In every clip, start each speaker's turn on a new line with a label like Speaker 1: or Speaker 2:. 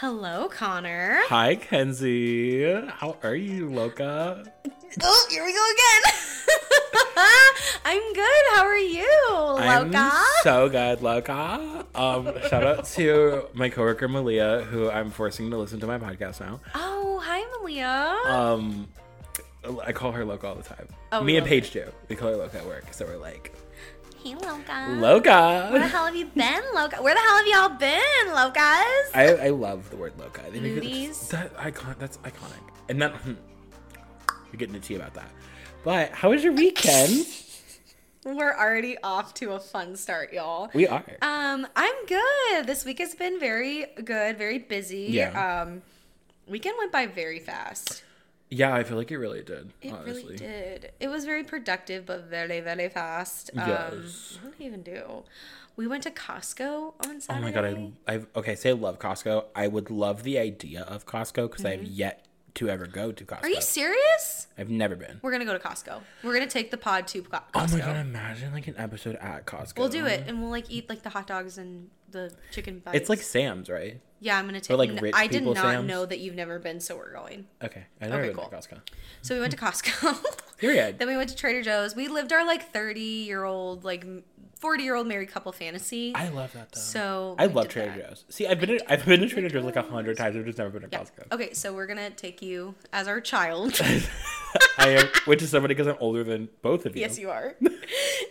Speaker 1: Hello, Connor.
Speaker 2: Hi, Kenzie. How are you, Loca?
Speaker 1: Oh, here we go again. I'm good. How are you, Loca?
Speaker 2: I'm so good, Loca. Um, shout out to my coworker Malia, who I'm forcing to listen to my podcast now.
Speaker 1: Oh, hi, Malia.
Speaker 2: Um, I call her Loca all the time.
Speaker 1: Oh,
Speaker 2: Me and
Speaker 1: Loca.
Speaker 2: Paige do. We call her Loca at work, so we're like
Speaker 1: hey, Loca. Where the
Speaker 2: Loca.
Speaker 1: hell have you been, Loca? Where the hell have y'all been, Locas?
Speaker 2: I, I love the word Loca. I think it-
Speaker 1: Moody's.
Speaker 2: That icon. That's iconic. And that we're getting a tea about that. But how was your weekend?
Speaker 1: We're already off to a fun start, y'all.
Speaker 2: we are.
Speaker 1: Um, I'm good. This week has been very good, very busy.
Speaker 2: Yeah.
Speaker 1: Um, weekend went by very fast.
Speaker 2: Yeah, I feel like it really did.
Speaker 1: It
Speaker 2: honestly.
Speaker 1: really did. It was very productive, but very, very fast. Um,
Speaker 2: Yes.
Speaker 1: What did I even do? We went to Costco on Saturday.
Speaker 2: Oh my god, I I've okay, say I love Costco. I would love the idea of Costco because I've yet to ever go to Costco.
Speaker 1: Mm-hmm. Are you serious?
Speaker 2: I've never been.
Speaker 1: We're gonna go to Costco. We're gonna take the pod to Co-
Speaker 2: Oh
Speaker 1: Costco.
Speaker 2: my god, imagine like an episode at Costco.
Speaker 1: We'll do it, and we'll like eat like the hot dogs and the chicken bites.
Speaker 2: It's like Sam's, right?
Speaker 1: yeah, I'm gonna take.
Speaker 2: like,
Speaker 1: n-
Speaker 2: rich
Speaker 1: I did
Speaker 2: people
Speaker 1: not
Speaker 2: Sam's.
Speaker 1: know that you've never been, so we're going.
Speaker 2: Okay. I've never
Speaker 1: Okay,
Speaker 2: been
Speaker 1: cool.
Speaker 2: to Costco.
Speaker 1: So we went to Costco.
Speaker 2: Period.
Speaker 1: Then we went to Trader Joe's. We lived our like 30 year old, like 40 year old married couple fantasy.
Speaker 2: I love that though.
Speaker 1: so
Speaker 2: I
Speaker 1: we
Speaker 2: love
Speaker 1: did
Speaker 2: Trader
Speaker 1: that.
Speaker 2: Joe's. See, I've been in, I've been to Trader Joe's like a hundred times. I've just never been to
Speaker 1: Yeah.
Speaker 2: Costco.
Speaker 1: Okay, so we're gonna take you as our child.
Speaker 2: I am, which is somebody because I'm older than both of you.
Speaker 1: yes, you are.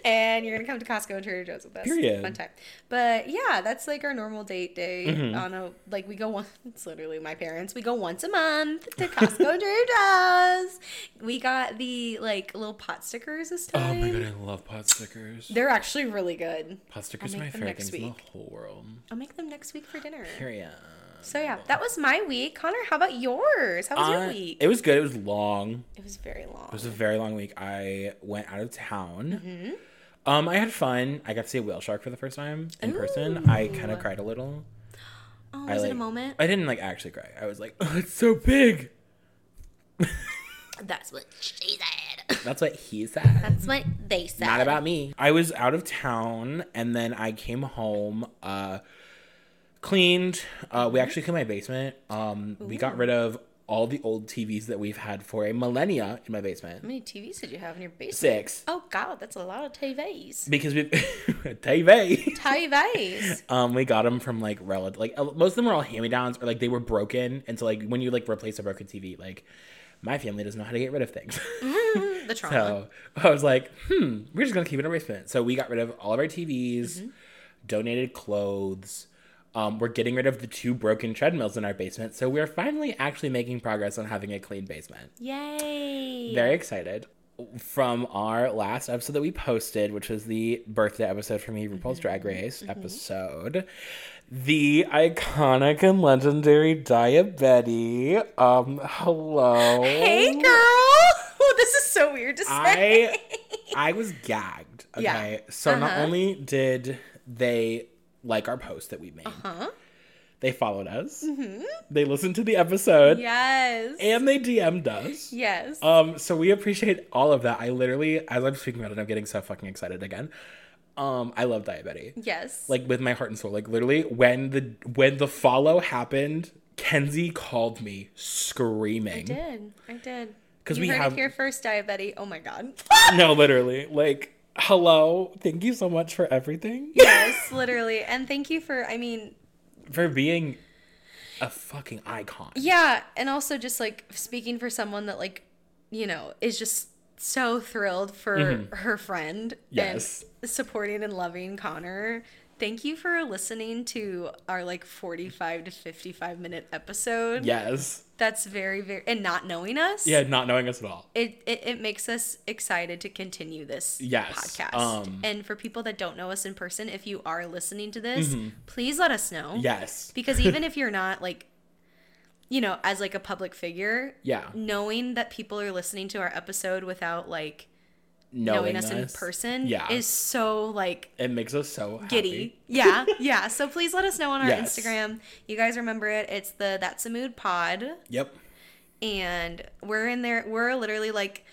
Speaker 1: and you're gonna come to Costco and Trader Joe's with us.
Speaker 2: Period.
Speaker 1: Fun time. But yeah, that's like our normal date day
Speaker 2: Mm-hmm.
Speaker 1: on a like we go once. It's literally my parents. We go once a month to Costco and Trader Joe's. We got the like little pot stickers this
Speaker 2: Oh
Speaker 1: time.
Speaker 2: my god, I love pot stickers.
Speaker 1: They're actually really good.
Speaker 2: Pot stickers are
Speaker 1: make
Speaker 2: my
Speaker 1: them
Speaker 2: favorite
Speaker 1: next
Speaker 2: things in the
Speaker 1: week.
Speaker 2: whole world.
Speaker 1: I'll make them next week for dinner.
Speaker 2: Period.
Speaker 1: So yeah, that was my week. Connor, how about yours? How was your
Speaker 2: I-
Speaker 1: week?
Speaker 2: Uh, It was good. It was long.
Speaker 1: It was very long.
Speaker 2: It was a very long week. I went out of town.
Speaker 1: Mm-hmm.
Speaker 2: Um, I had fun. I got to see a whale shark for the first time in person. I kind of cried a little.
Speaker 1: oh, was
Speaker 2: I,
Speaker 1: it a
Speaker 2: like-
Speaker 1: moment?
Speaker 2: I didn't like actually cry. I was like, oh, it's so big.
Speaker 1: That's what she said.
Speaker 2: That's what he said.
Speaker 1: That's what they said.
Speaker 2: Not about me. I was out of town and then I came home, uh, cleaned. Uh,
Speaker 1: Mm-hmm.
Speaker 2: we actually cleaned my basement. Um, we got rid of all the old TVs that we've had for a millennia in my
Speaker 1: How
Speaker 2: basement.
Speaker 1: many TVs did you have in your basement?
Speaker 2: Six.
Speaker 1: Oh God, that's a lot of TVs.
Speaker 2: because we TV.
Speaker 1: TVs.
Speaker 2: Um, we got them from like relative, like uh, most of them were all hand me downs, or like they were broken, and so like when you like replace a broken TV, like my family doesn't know how to get rid of things.
Speaker 1: Mm, the trauma.
Speaker 2: so I was like, hmm, we're just gonna keep it in our basement. So we got rid of all of our TVs, donated clothes. Um, we're getting rid of the two broken treadmills in our basement, so we're finally actually making progress on having a clean basement.
Speaker 1: Yay.
Speaker 2: Very excited. From our last episode that we posted, which was the birthday episode for me,
Speaker 1: Mm-hmm.
Speaker 2: RuPaul's Drag Race episode, the iconic and legendary Diabetti. Um, hello.
Speaker 1: hey girl. Oh, this is so weird to say.
Speaker 2: I I was gagged. Okay.
Speaker 1: Yeah.
Speaker 2: So not
Speaker 1: Uh-huh.
Speaker 2: only did they like our post that we made,
Speaker 1: Huh?
Speaker 2: they followed us.
Speaker 1: Mm-hmm.
Speaker 2: They listened to the episode
Speaker 1: Yes.
Speaker 2: and they DM'd us.
Speaker 1: yes.
Speaker 2: Um, so we appreciate all of that. I literally, as I'm speaking about it, I'm getting so fucking excited again. Um, I love diabetes.
Speaker 1: yes.
Speaker 2: Like with my heart and soul. Like literally, when the when the follow happened, Kenzie called me
Speaker 1: I
Speaker 2: screaming.
Speaker 1: did. I did.
Speaker 2: 'Cause
Speaker 1: You
Speaker 2: we
Speaker 1: heard
Speaker 2: have-
Speaker 1: it here first, diabetes. Oh my God.
Speaker 2: No, literally. Like, hello, thank you so much for everything.
Speaker 1: yes, literally. And thank you for, I mean,
Speaker 2: For being a fucking icon.
Speaker 1: yeah. And also just like speaking for someone that, like, you know, is just so thrilled for her friend
Speaker 2: Mm-hmm. Yes.
Speaker 1: and supporting and loving Connor. Thank you for listening to our like 45 to 55 minute episode.
Speaker 2: Yes.
Speaker 1: That's very, very, and not knowing us.
Speaker 2: Yeah, not knowing us at all.
Speaker 1: It, it, it makes us excited to continue this
Speaker 2: Yes,
Speaker 1: podcast.
Speaker 2: um,
Speaker 1: and for people that don't know us in person, if you are listening to this,
Speaker 2: Mm-hmm.
Speaker 1: please let us know.
Speaker 2: Yes.
Speaker 1: because even if you're not like you know as like a public figure
Speaker 2: Yeah.
Speaker 1: knowing that people are listening to our episode without like
Speaker 2: Knowing,
Speaker 1: knowing, us, in person
Speaker 2: Yeah.
Speaker 1: is so like
Speaker 2: it makes us so happy.
Speaker 1: giddy yeah yeah so please let us know on our
Speaker 2: Yes.
Speaker 1: instagram you guys remember it it's the that's a mood pod
Speaker 2: Yep.
Speaker 1: and we're in there we're literally like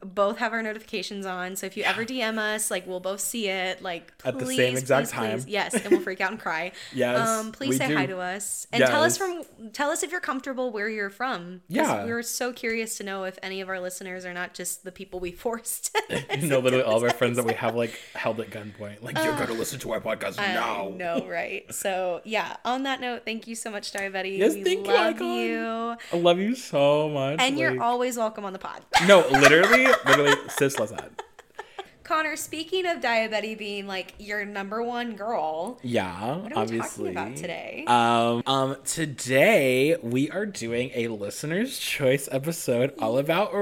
Speaker 1: both have our notifications on. So if you ever DM us, like we'll both see it. Like please,
Speaker 2: At the same exact
Speaker 1: please,
Speaker 2: time.
Speaker 1: Please. Yes, and we'll freak out and cry.
Speaker 2: Yes,
Speaker 1: Um, please
Speaker 2: we
Speaker 1: say
Speaker 2: do.
Speaker 1: hi to us and tell us
Speaker 2: Yes.
Speaker 1: from tell us if you're comfortable where you're from. 'Cause
Speaker 2: Yeah.
Speaker 1: we were so curious to know if any of our listeners are not just the people we forced.
Speaker 2: You know, literally all of our friends that we have like held at gunpoint. Like, you're going to listen to our podcast now.
Speaker 1: No, right. So yeah. On that note, thank you so much, Diabetti.
Speaker 2: Yes,
Speaker 1: we
Speaker 2: thank you,
Speaker 1: love
Speaker 2: Icon.
Speaker 1: you.
Speaker 2: I love you so much.
Speaker 1: And you're
Speaker 2: like-
Speaker 1: always welcome on the pod.
Speaker 2: No, literally, literally, sis Lazat.
Speaker 1: Connor, speaking of Diabetti being like your number one girl,
Speaker 2: Yeah,
Speaker 1: we talking
Speaker 2: obviously.
Speaker 1: about today?
Speaker 2: Um, um, today we are doing a listener's choice episode all about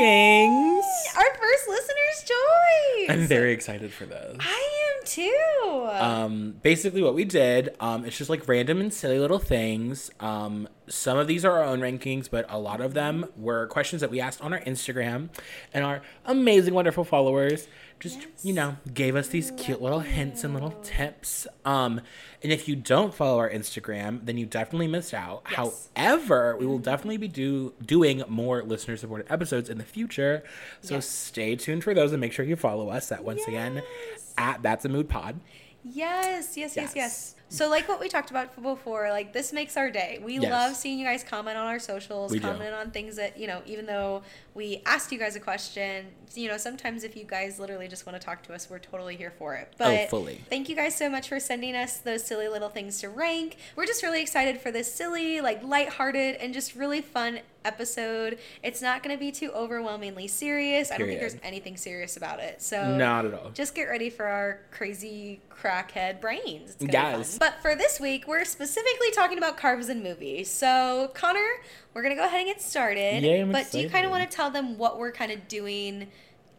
Speaker 2: rankings.
Speaker 1: our first listener's choice.
Speaker 2: I'm very excited for this.
Speaker 1: I am too.
Speaker 2: Um, basically, what we did, um, it's just like random and silly little things. Um, some of these are our own rankings, but a lot of them were questions that we asked on our Instagram, and our amazing, wonderful followers just you know gave us these cute little hints and little tips. Um, and if you don't follow our Instagram, then you definitely missed out.
Speaker 1: Yes. Mm-hmm.
Speaker 2: However, we will definitely be do doing more listener supported episodes in the future, so
Speaker 1: Yes.
Speaker 2: stay tuned for those and make sure you follow us. That once again.
Speaker 1: Yes.
Speaker 2: At that's a mood pod.
Speaker 1: yes, yes, yes, yes,
Speaker 2: Yes.
Speaker 1: So, like what we talked about before, like this makes our day. We
Speaker 2: Yes.
Speaker 1: love seeing you guys comment on our socials,
Speaker 2: We do.
Speaker 1: comment on things that you know. Even though we asked you guys a question, you know, sometimes if you guys literally just want to talk to us, we're totally here for it. But
Speaker 2: Oh, fully.
Speaker 1: thank you guys so much for sending us those silly little things to rank. We're just really excited for this silly, like lighthearted, and just really fun episode. It's not going to be too overwhelmingly serious. I don't think
Speaker 2: Period.
Speaker 1: there's anything serious about it. So
Speaker 2: Not at all.
Speaker 1: just get ready for our crazy crackhead brains. It's gonna be
Speaker 2: Yes.
Speaker 1: fun. But for this week, we're specifically talking about carbs and movies. So, Connor, we're going to go ahead and get started.
Speaker 2: Yay, I'm
Speaker 1: but do you kind
Speaker 2: excited.
Speaker 1: of want to tell them what we're kind of doing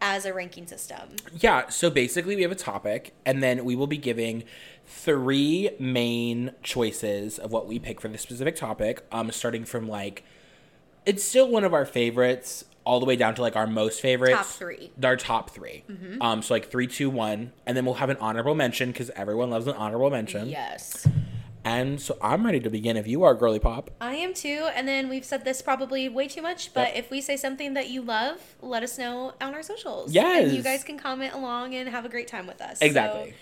Speaker 1: as a ranking system?
Speaker 2: Yeah, so basically we have a topic and then we will be giving three main choices of what we pick for the specific topic, um starting from like it's still one of our favorites all the way down to like our most favorites.
Speaker 1: Top three. Mm-hmm.
Speaker 2: Our top 3 Um so like three, two, one, and then we'll have an honorable mention because everyone loves an honorable mention.
Speaker 1: Yes.
Speaker 2: And so I'm ready to begin if you are girly pop.
Speaker 1: I am too. And then we've said this probably way too much, but
Speaker 2: Yep.
Speaker 1: if we say something that you love, let us know on our socials. And you
Speaker 2: Yes.
Speaker 1: guys can comment along and have a great time with us. So,
Speaker 2: Exactly.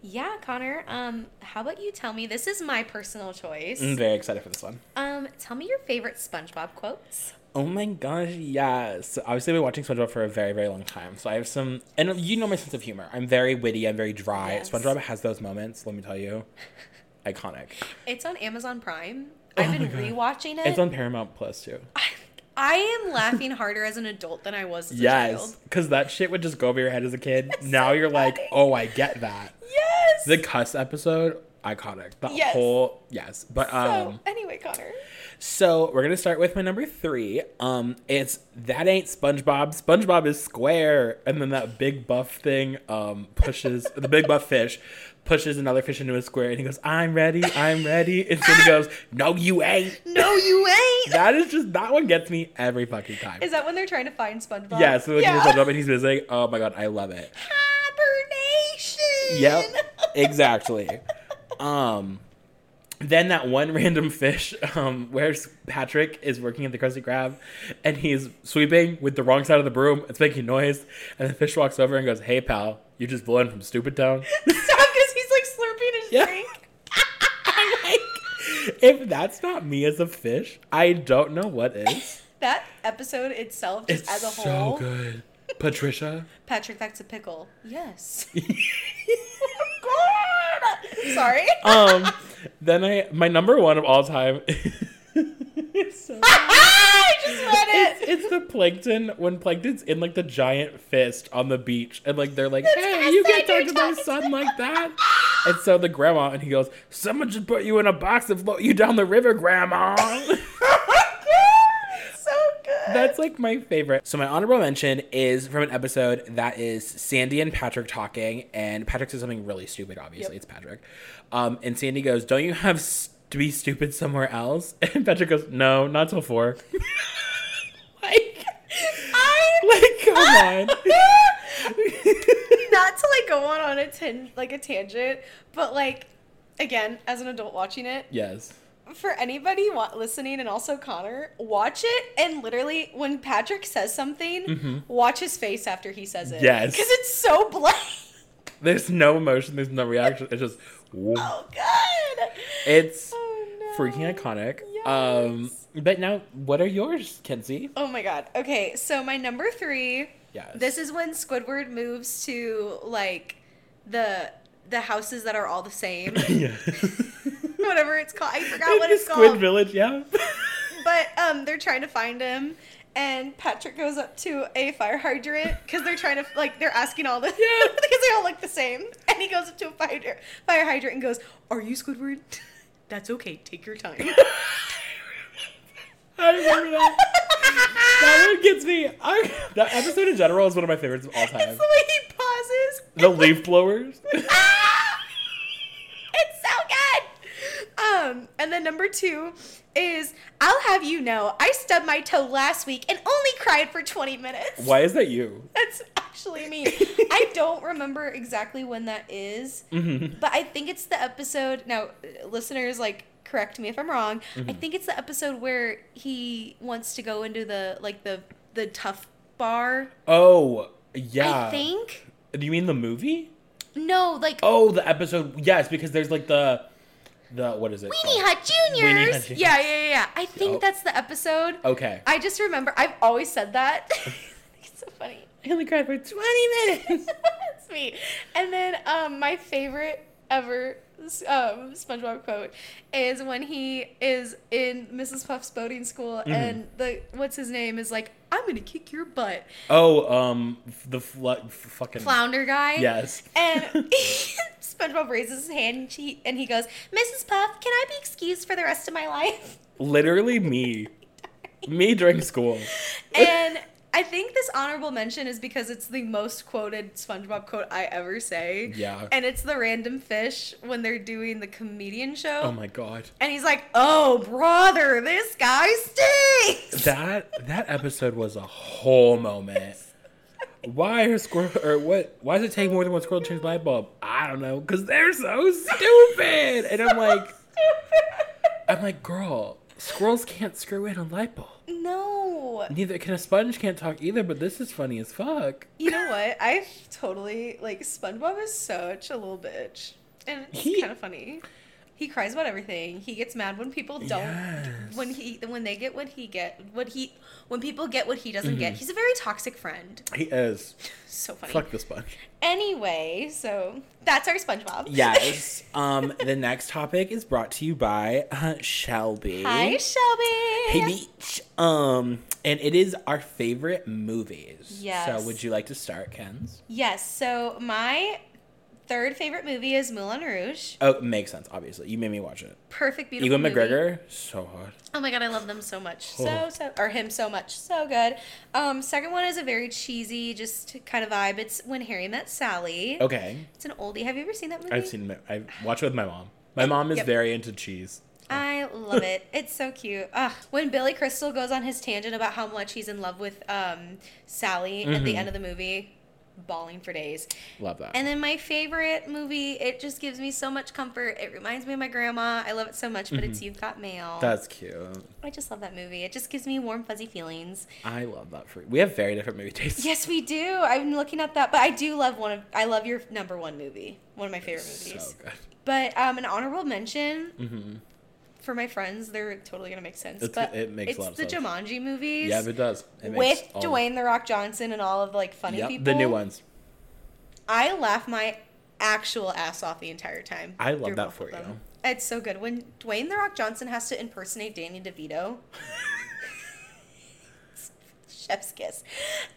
Speaker 1: yeah, Connor, um, how about you tell me? This is my personal choice.
Speaker 2: I'm very excited for this one.
Speaker 1: Um, tell me your favorite SpongeBob quotes.
Speaker 2: Oh my gosh, yes. Obviously, I've been watching SpongeBob for a very, very long time. So I have some, and you know my sense of humor. I'm very witty, I'm very dry.
Speaker 1: Yes.
Speaker 2: SpongeBob has those moments, let me tell you. Iconic.
Speaker 1: It's on Amazon Prime.
Speaker 2: Oh
Speaker 1: I've
Speaker 2: my
Speaker 1: been
Speaker 2: God.
Speaker 1: rewatching it.
Speaker 2: It's on Paramount Plus too.
Speaker 1: I, I am laughing harder as an adult than I was as a
Speaker 2: Yes.
Speaker 1: child.
Speaker 2: Because that shit would just go over your head as a kid. now
Speaker 1: so
Speaker 2: you're like,
Speaker 1: funny.
Speaker 2: oh, I get that.
Speaker 1: Yes.
Speaker 2: The cuss episode, iconic. The
Speaker 1: Yes.
Speaker 2: whole, yes. But, um,
Speaker 1: so anyway, Connor.
Speaker 2: So we're gonna start with my number three. Um, it's that ain't SpongeBob. SpongeBob is square, and then that big buff thing um pushes the big buff fish pushes another fish into a square, and he goes, "I'm ready, I'm ready." And then he goes, "No, you ain't."
Speaker 1: No, you ain't.
Speaker 2: That is just that one gets me every fucking time.
Speaker 1: Is that when they're trying to find SpongeBob?
Speaker 2: yeah, so when he SpongeBob and he's busy, oh my god, I love it.
Speaker 1: Hibernation.
Speaker 2: Yep, exactly. um, then that one random fish, um, where Patrick is working at the Krusty Krab, and he's sweeping with the wrong side of the broom. It's making noise, and the fish walks over and goes, "Hey, pal, you just blowing from stupid town."
Speaker 1: Stop, because he's like slurping his
Speaker 2: Yeah.
Speaker 1: drink.
Speaker 2: I'm like, if that's not me as a fish, I don't know what is.
Speaker 1: That episode itself, just
Speaker 2: It's
Speaker 1: as a
Speaker 2: so
Speaker 1: whole,
Speaker 2: good, Patricia.
Speaker 1: Patrick, that's a pickle. Yes. Oh, God. Sorry.
Speaker 2: um, then I my number one of all time. is so
Speaker 1: I just read it.
Speaker 2: it's, it's the plankton when plankton's in like the giant fist on the beach and like they're like
Speaker 1: That's what I
Speaker 2: hey you can't
Speaker 1: said,
Speaker 2: talk
Speaker 1: you're
Speaker 2: to my
Speaker 1: talking
Speaker 2: son like that and so the grandma and he goes someone just put you in a box and float you down the river grandma
Speaker 1: so good.
Speaker 2: that's like my favorite so my honorable mention is from an episode that is sandy and patrick talking and patrick says something really stupid obviously
Speaker 1: Yep.
Speaker 2: it's patrick um, and sandy goes don't you have s to be stupid somewhere else and patrick goes no not till four like
Speaker 1: I'm
Speaker 2: like come on
Speaker 1: not to like go on on a tin like a tangent, but like again, as an adult watching it,
Speaker 2: yes.
Speaker 1: for anybody wa- listening and also Connor, watch it and literally when Patrick says something, watch his face after he says it.
Speaker 2: Yes.
Speaker 1: Because it's so blank.
Speaker 2: There's no emotion. There's no reaction. It's just, whoop.
Speaker 1: Oh, God.
Speaker 2: it's
Speaker 1: Oh, no.
Speaker 2: freaking iconic. Um, but now, what are yours, Kenzie?
Speaker 1: Oh, my God. Okay, so my number three.
Speaker 2: Yes.
Speaker 1: This is when Squidward moves to, like, the the houses that are all the same.
Speaker 2: yeah.
Speaker 1: Whatever it's called. I forgot what
Speaker 2: the
Speaker 1: it's
Speaker 2: Squid
Speaker 1: called.
Speaker 2: Village. Yeah.
Speaker 1: But um, they're trying to find him, and Patrick goes up to a fire hydrant because they're trying to like they're asking all the
Speaker 2: Yeah.
Speaker 1: because they all look the same, and he goes up to a fire hydrant- fire hydrant and goes, "Are you Squidward? That's okay. Take your time."
Speaker 2: I remember that. That one gets me. I, that episode in general is one of my favorites of all
Speaker 1: it's
Speaker 2: time.
Speaker 1: the way he pauses.
Speaker 2: The leaf blowers.
Speaker 1: Ah! It's so good. Um, and then number two is I'll have you know I stubbed my toe last week and only cried for twenty minutes.
Speaker 2: Why is that you?
Speaker 1: That's actually me. I don't remember exactly when that is, but I think it's the episode. Now, uh, listeners, like, correct me if I'm wrong. I think it's the episode where he wants to go into the like the the tough bar.
Speaker 2: Oh, yeah.
Speaker 1: I think
Speaker 2: Do you mean the movie?
Speaker 1: no, like
Speaker 2: Oh, the episode. Yes, because there's like the, the what is it?
Speaker 1: Weenie
Speaker 2: called?
Speaker 1: Hut
Speaker 2: Weenie Hut
Speaker 1: Juniors.
Speaker 2: Juniors. Oh.
Speaker 1: Yeah, yeah, yeah, yeah. I think
Speaker 2: Yup.
Speaker 1: that's the episode.
Speaker 2: Okay.
Speaker 1: I just remember. I've always said that. it's so funny.
Speaker 2: I only cried for twenty minutes.
Speaker 1: That's me. And then um, my favorite ever um, SpongeBob quote is when he is in Mrs. Puff's boating school
Speaker 2: Mm-hmm.
Speaker 1: and the what's his name is like, I'm gonna kick your butt,
Speaker 2: oh, um, f- the fl- f- fucking
Speaker 1: flounder guy.
Speaker 2: yes.
Speaker 1: And SpongeBob raises his hand and, she, and he goes, Mrs. Puff, can I be excused for the rest of my life?
Speaker 2: Literally me, me during school.
Speaker 1: And I think this honorable mention is because it's the most quoted SpongeBob quote I ever say.
Speaker 2: Yeah.
Speaker 1: And it's the random fish when they're doing the comedian show.
Speaker 2: Oh my god.
Speaker 1: and he's like, "Oh, brother, this guy stinks."
Speaker 2: That that episode was a whole moment. Why are squirrel or what? Why does it take more than one squirrel to change a light bulb? I don't know, cause they're so stupid. And I'm like, I'm like, girl, squirrels can't screw in a light bulb.
Speaker 1: no.
Speaker 2: Neither can a sponge can't talk either, but this is funny as fuck.
Speaker 1: You know what? I've totally like SpongeBob is such a little bitch, and it's
Speaker 2: He-
Speaker 1: kind of funny. He cries about everything. He gets mad when people don't
Speaker 2: Yes.
Speaker 1: when he when they get what he get what he when people get what he doesn't get. He's a very toxic friend.
Speaker 2: He is.
Speaker 1: So funny.
Speaker 2: Mm-hmm. Fuck the sponge.
Speaker 1: Anyway, so that's our SpongeBob.
Speaker 2: Yes. Um, the next topic is brought to you by uh, Shelby.
Speaker 1: Hi, Shelby.
Speaker 2: Hey Beach. Um, and it is our favorite movies.
Speaker 1: Yes.
Speaker 2: So would you like to start, Ken's?
Speaker 1: Yes, so my third favorite movie is Moulin Rouge.
Speaker 2: Oh, it makes sense. Obviously, you made me watch it.
Speaker 1: Perfect, beautiful.
Speaker 2: Ewan
Speaker 1: movie.
Speaker 2: McGregor, so hot.
Speaker 1: Oh my god, I love them so much. So
Speaker 2: Oh.
Speaker 1: so or him so much. So good. Um, second one is a very cheesy, just kind of vibe. It's When Harry Met Sally.
Speaker 2: Okay,
Speaker 1: It's an oldie. Have you ever seen that movie?
Speaker 2: Oh. I've seen. it. I watch it with my mom. My mom is
Speaker 1: Yep.
Speaker 2: very into cheese.
Speaker 1: I love it. It's so cute. Ugh. When Billy Crystal goes on his tangent about how much he's in love with um, Sally at
Speaker 2: Mm-hmm.
Speaker 1: the end of the movie, bawling for days.
Speaker 2: Love that.
Speaker 1: And then my favorite movie, it just gives me so much comfort. It reminds me of my grandma. I love it so much, but it's You've Got Mail.
Speaker 2: Mm-hmm. That's cute.
Speaker 1: I just love that movie. It just gives me warm, fuzzy feelings.
Speaker 2: I love that fruit. We have very different movie tastes.
Speaker 1: Yes, we do. I'm looking at that, but I do love one of I love your number one movie. One of my favorite movies.
Speaker 2: So good. Mm-hmm.
Speaker 1: But um an honorable mention for my friends, they're totally gonna make sense.
Speaker 2: It's-
Speaker 1: but
Speaker 2: it makes a
Speaker 1: it's
Speaker 2: lot of
Speaker 1: the
Speaker 2: sense.
Speaker 1: Jumanji movies.
Speaker 2: Yeah, it does. It makes
Speaker 1: with
Speaker 2: all-
Speaker 1: Dwayne the Rock Johnson and all of the, like funny
Speaker 2: Yep,
Speaker 1: people.
Speaker 2: the new ones.
Speaker 1: I laugh my actual ass off the entire time.
Speaker 2: I love
Speaker 1: through
Speaker 2: that
Speaker 1: both
Speaker 2: for
Speaker 1: of them.
Speaker 2: you.
Speaker 1: It's so good. When Dwayne The Rock Johnson has to impersonate Danny DeVito. Chef's kiss.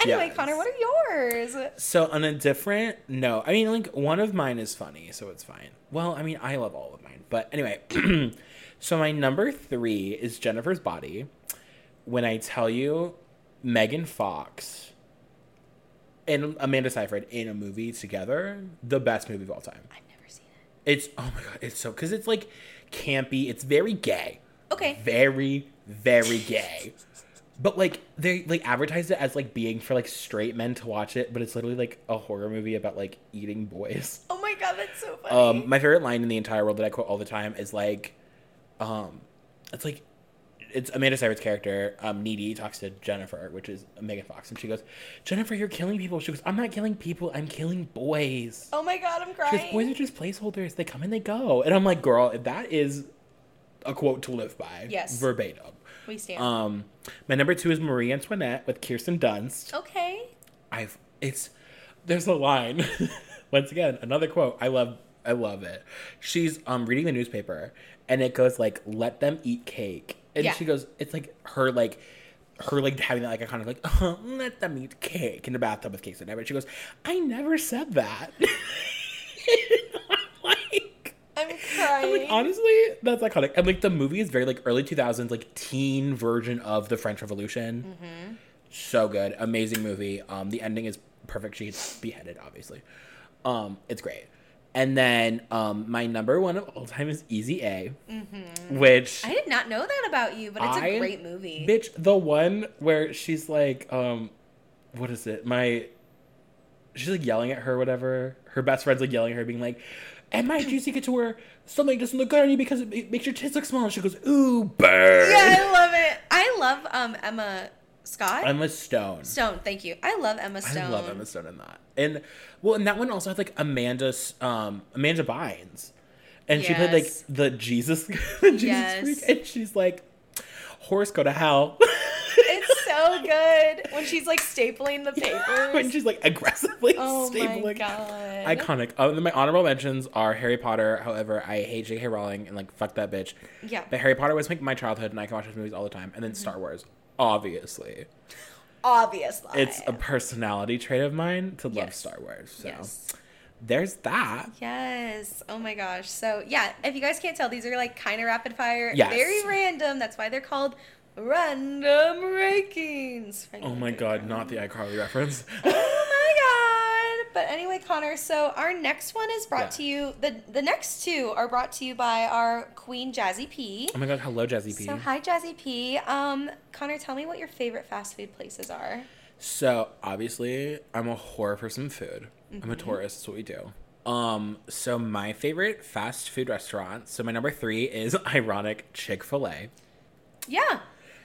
Speaker 1: Anyway,
Speaker 2: Yes.
Speaker 1: Connor, what are yours?
Speaker 2: So on a different no, I mean like one of mine is funny, so it's fine. Well, I mean I love all of mine, but anyway. so my number three is Jennifer's Body. When I tell you, Megan Fox and Amanda Seyfried in a movie together, the best movie of all time.
Speaker 1: I've never seen it.
Speaker 2: It's oh my god, it's so because it's like campy. It's very gay.
Speaker 1: Okay.
Speaker 2: Very, very gay. but like they like advertised it as like being for like straight men to watch it, but it's literally like a horror movie about like eating boys.
Speaker 1: Oh my god, that's so funny.
Speaker 2: Um, my favorite line in the entire world that I quote all the time is like, um, it's like it's Amanda Seyfried's character, um, Needy, talks to Jennifer, which is Megan Fox, and she goes, "Jennifer, you're killing people." She goes, "I'm not killing people. I'm killing boys."
Speaker 1: Oh my god, I'm
Speaker 2: She goes, "Boys are
Speaker 1: crying.
Speaker 2: just placeholders. They come and they go." And I'm like, "Girl, that is a quote to live by."
Speaker 1: Yes.
Speaker 2: verbatim.
Speaker 1: We stand.
Speaker 2: Um, my number two is Marie Antoinette with Kirsten Dunst.
Speaker 1: okay.
Speaker 2: I've it's there's a line. Once again, another quote. I love I love it. She's um reading the newspaper and it goes like, let them eat cake. And
Speaker 1: Yeah.
Speaker 2: she goes, it's like her like her like having that like iconic like uh let them eat cake in the bathtub with cakes and everything. She goes, I never said that. I'm like
Speaker 1: I'm
Speaker 2: I'm like,
Speaker 1: crying.
Speaker 2: honestly, that's iconic. And like the movie is very like early 2000s, like teen version of the French Revolution. So good, amazing movie. Um, the ending is perfect. She gets beheaded, obviously. Um, it's great. And then um, my number one of all time is Easy A, which
Speaker 1: Mm-hmm. I did not know that about you, but it's a
Speaker 2: I-
Speaker 1: great movie.
Speaker 2: bitch the one where she's like, um, what is it? My she's like yelling at her, whatever. Her best friend's like yelling at her, being like, "And my juicy get to wear something that doesn't look good on you because it ma- makes your tits look small." And she goes, "Ooh, burn."
Speaker 1: yeah, I love it. I love um Emma Scott.
Speaker 2: Emma Stone.
Speaker 1: Stone, thank you. I love Emma Stone.
Speaker 2: I love Emma Stone in that. And well, and that one also had like Amanda, S- um, Amanda Bynes, and she played like
Speaker 1: Yes.
Speaker 2: the Jesus, the Jesus
Speaker 1: Yes.
Speaker 2: freak, and she's like, "Horse go to hell."
Speaker 1: It's so good when she's like stapling the
Speaker 2: when
Speaker 1: papers.
Speaker 2: she's like aggressively
Speaker 1: Oh
Speaker 2: stapling.
Speaker 1: my god.
Speaker 2: Iconic. Um, then my honorable mentions are Harry Potter. However, I hate J.K. Rowling and like fuck that bitch.
Speaker 1: Yeah.
Speaker 2: But Harry Potter was like my childhood, and I can watch those movies all the time. And then
Speaker 1: Mm-hmm.
Speaker 2: Star Wars, obviously,
Speaker 1: Obvious lie.
Speaker 2: it's a personality trait of mine to love
Speaker 1: Yes.
Speaker 2: Star Wars. So
Speaker 1: yes.
Speaker 2: there's that.
Speaker 1: Yes. Oh my gosh. So yeah, if you guys can't tell, these are like kind of rapid fire.
Speaker 2: Yes.
Speaker 1: Very random. That's why they're called random rankings.
Speaker 2: Oh my god, not the iCarly reference.
Speaker 1: Oh my god. But anyway, Connor, so our next one is brought
Speaker 2: Yeah.
Speaker 1: to you the the next two are brought to you by our Queen Jazzy P.
Speaker 2: Oh my god, hello Jazzy P.
Speaker 1: So hi Jazzy P. Um Connor, tell me what your favorite fast food places are.
Speaker 2: So obviously, I'm a whore for some food.
Speaker 1: Mm-hmm.
Speaker 2: I'm a tourist. That's what we do. Um, so my favorite fast food restaurant. So my number three is ironic Chick Fil A.
Speaker 1: Yeah.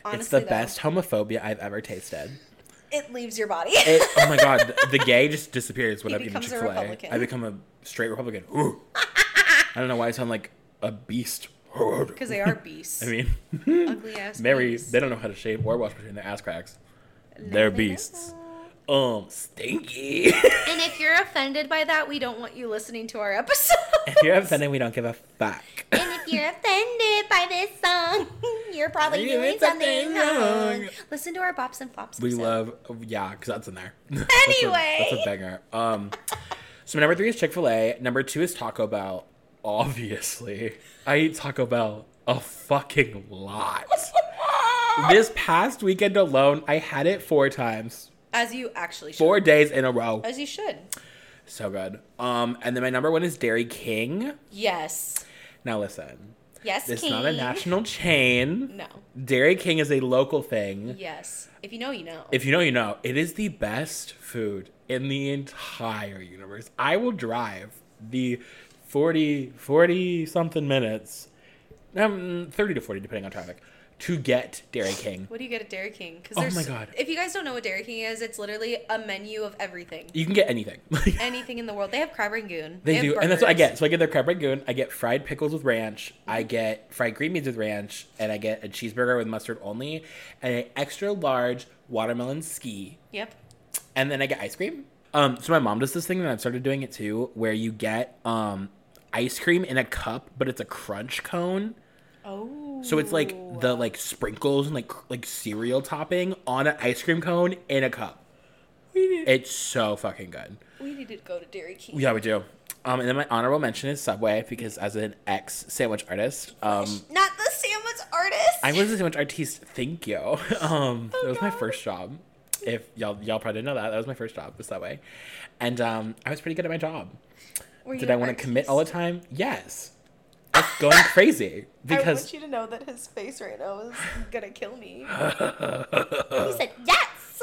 Speaker 1: Honestly,
Speaker 2: It's the
Speaker 1: though,
Speaker 2: best homophobia I've ever tasted.
Speaker 1: It leaves your body.
Speaker 2: It, oh my god, the gay just disappears when I've eaten
Speaker 1: becomes a
Speaker 2: Chick Fil A.
Speaker 1: Republican.
Speaker 2: I become a straight Republican. Ooh. I don't know why I sound like a beast.
Speaker 1: Because they are beasts.
Speaker 2: I mean,
Speaker 1: ugly ass.
Speaker 2: Mary,
Speaker 1: beasts.
Speaker 2: they don't know how to shave or wash between their ass cracks. They're
Speaker 1: They
Speaker 2: beasts.
Speaker 1: don't.
Speaker 2: Um, stinky.
Speaker 1: And if you're offended by that, we don't want you listening to our episode.
Speaker 2: if you're offended, we don't give a fuck.
Speaker 1: And if you're offended by this song, you're probably
Speaker 2: You're
Speaker 1: doing something
Speaker 2: something wrong.
Speaker 1: wrong. Listen to our bops and flops.
Speaker 2: We
Speaker 1: episode.
Speaker 2: love, yeah, because that's in there. Anyway, that's a,
Speaker 1: Anyway.
Speaker 2: banger. Um, so my number three is Chick Fil A. Number two is Taco Bell. Obviously, I eat Taco Bell a fucking lot. this past weekend alone, I had it four times,
Speaker 1: as you actually should.
Speaker 2: four days in a row.
Speaker 1: As you should.
Speaker 2: So good. Um, and then my number one is Dairy King.
Speaker 1: Yes.
Speaker 2: Now listen,
Speaker 1: Yes.
Speaker 2: it's
Speaker 1: King.
Speaker 2: not a national chain.
Speaker 1: No.
Speaker 2: Dairy King is a local thing.
Speaker 1: Yes. If you know, you know.
Speaker 2: If you know, you know. It is the best food in the entire universe. I will drive the 40, 40 something minutes, um, 30 to 40, depending on traffic, to get Dairy King.
Speaker 1: what do you get at Dairy King? Because
Speaker 2: Oh my God.
Speaker 1: If you guys don't know what Dairy King is, it's literally a menu of everything,
Speaker 2: You can get anything.
Speaker 1: anything in the world. They have crab rangoon.
Speaker 2: They
Speaker 1: have
Speaker 2: do, and that's what I
Speaker 1: burgers.
Speaker 2: get. So I get their crab rangoon, I get fried pickles with ranch, I get fried green beans with ranch, and I get a cheeseburger with mustard only, and an extra large watermelon ski
Speaker 1: Yep.
Speaker 2: and then I get ice cream. Um, so my mom does this thing, and I've started doing it too, where you get um ice cream in a cup, but it's a crunch cone.
Speaker 1: Oh.
Speaker 2: So it's like the like sprinkles and like cr- like cereal topping on an ice cream cone in a cup.
Speaker 1: We need,
Speaker 2: It's so fucking good.
Speaker 1: we need to go to Dairy King.
Speaker 2: Yeah, we do. Um, and then my honorable mention is Subway because as an ex sandwich artist, um,
Speaker 1: Not the sandwich artist.
Speaker 2: I was a sandwich artiste. Thank you. Um, that was my
Speaker 1: God.
Speaker 2: first job. If y'all y'all probably didn't know that, that was my first job was Subway, and um, I was pretty good at my job.
Speaker 1: Were you
Speaker 2: Did I
Speaker 1: an
Speaker 2: want to commit
Speaker 1: artist?
Speaker 2: all the time? Yes. I was going crazy
Speaker 1: I
Speaker 2: because
Speaker 1: want you to know that his face right now is gonna kill me. he said yes.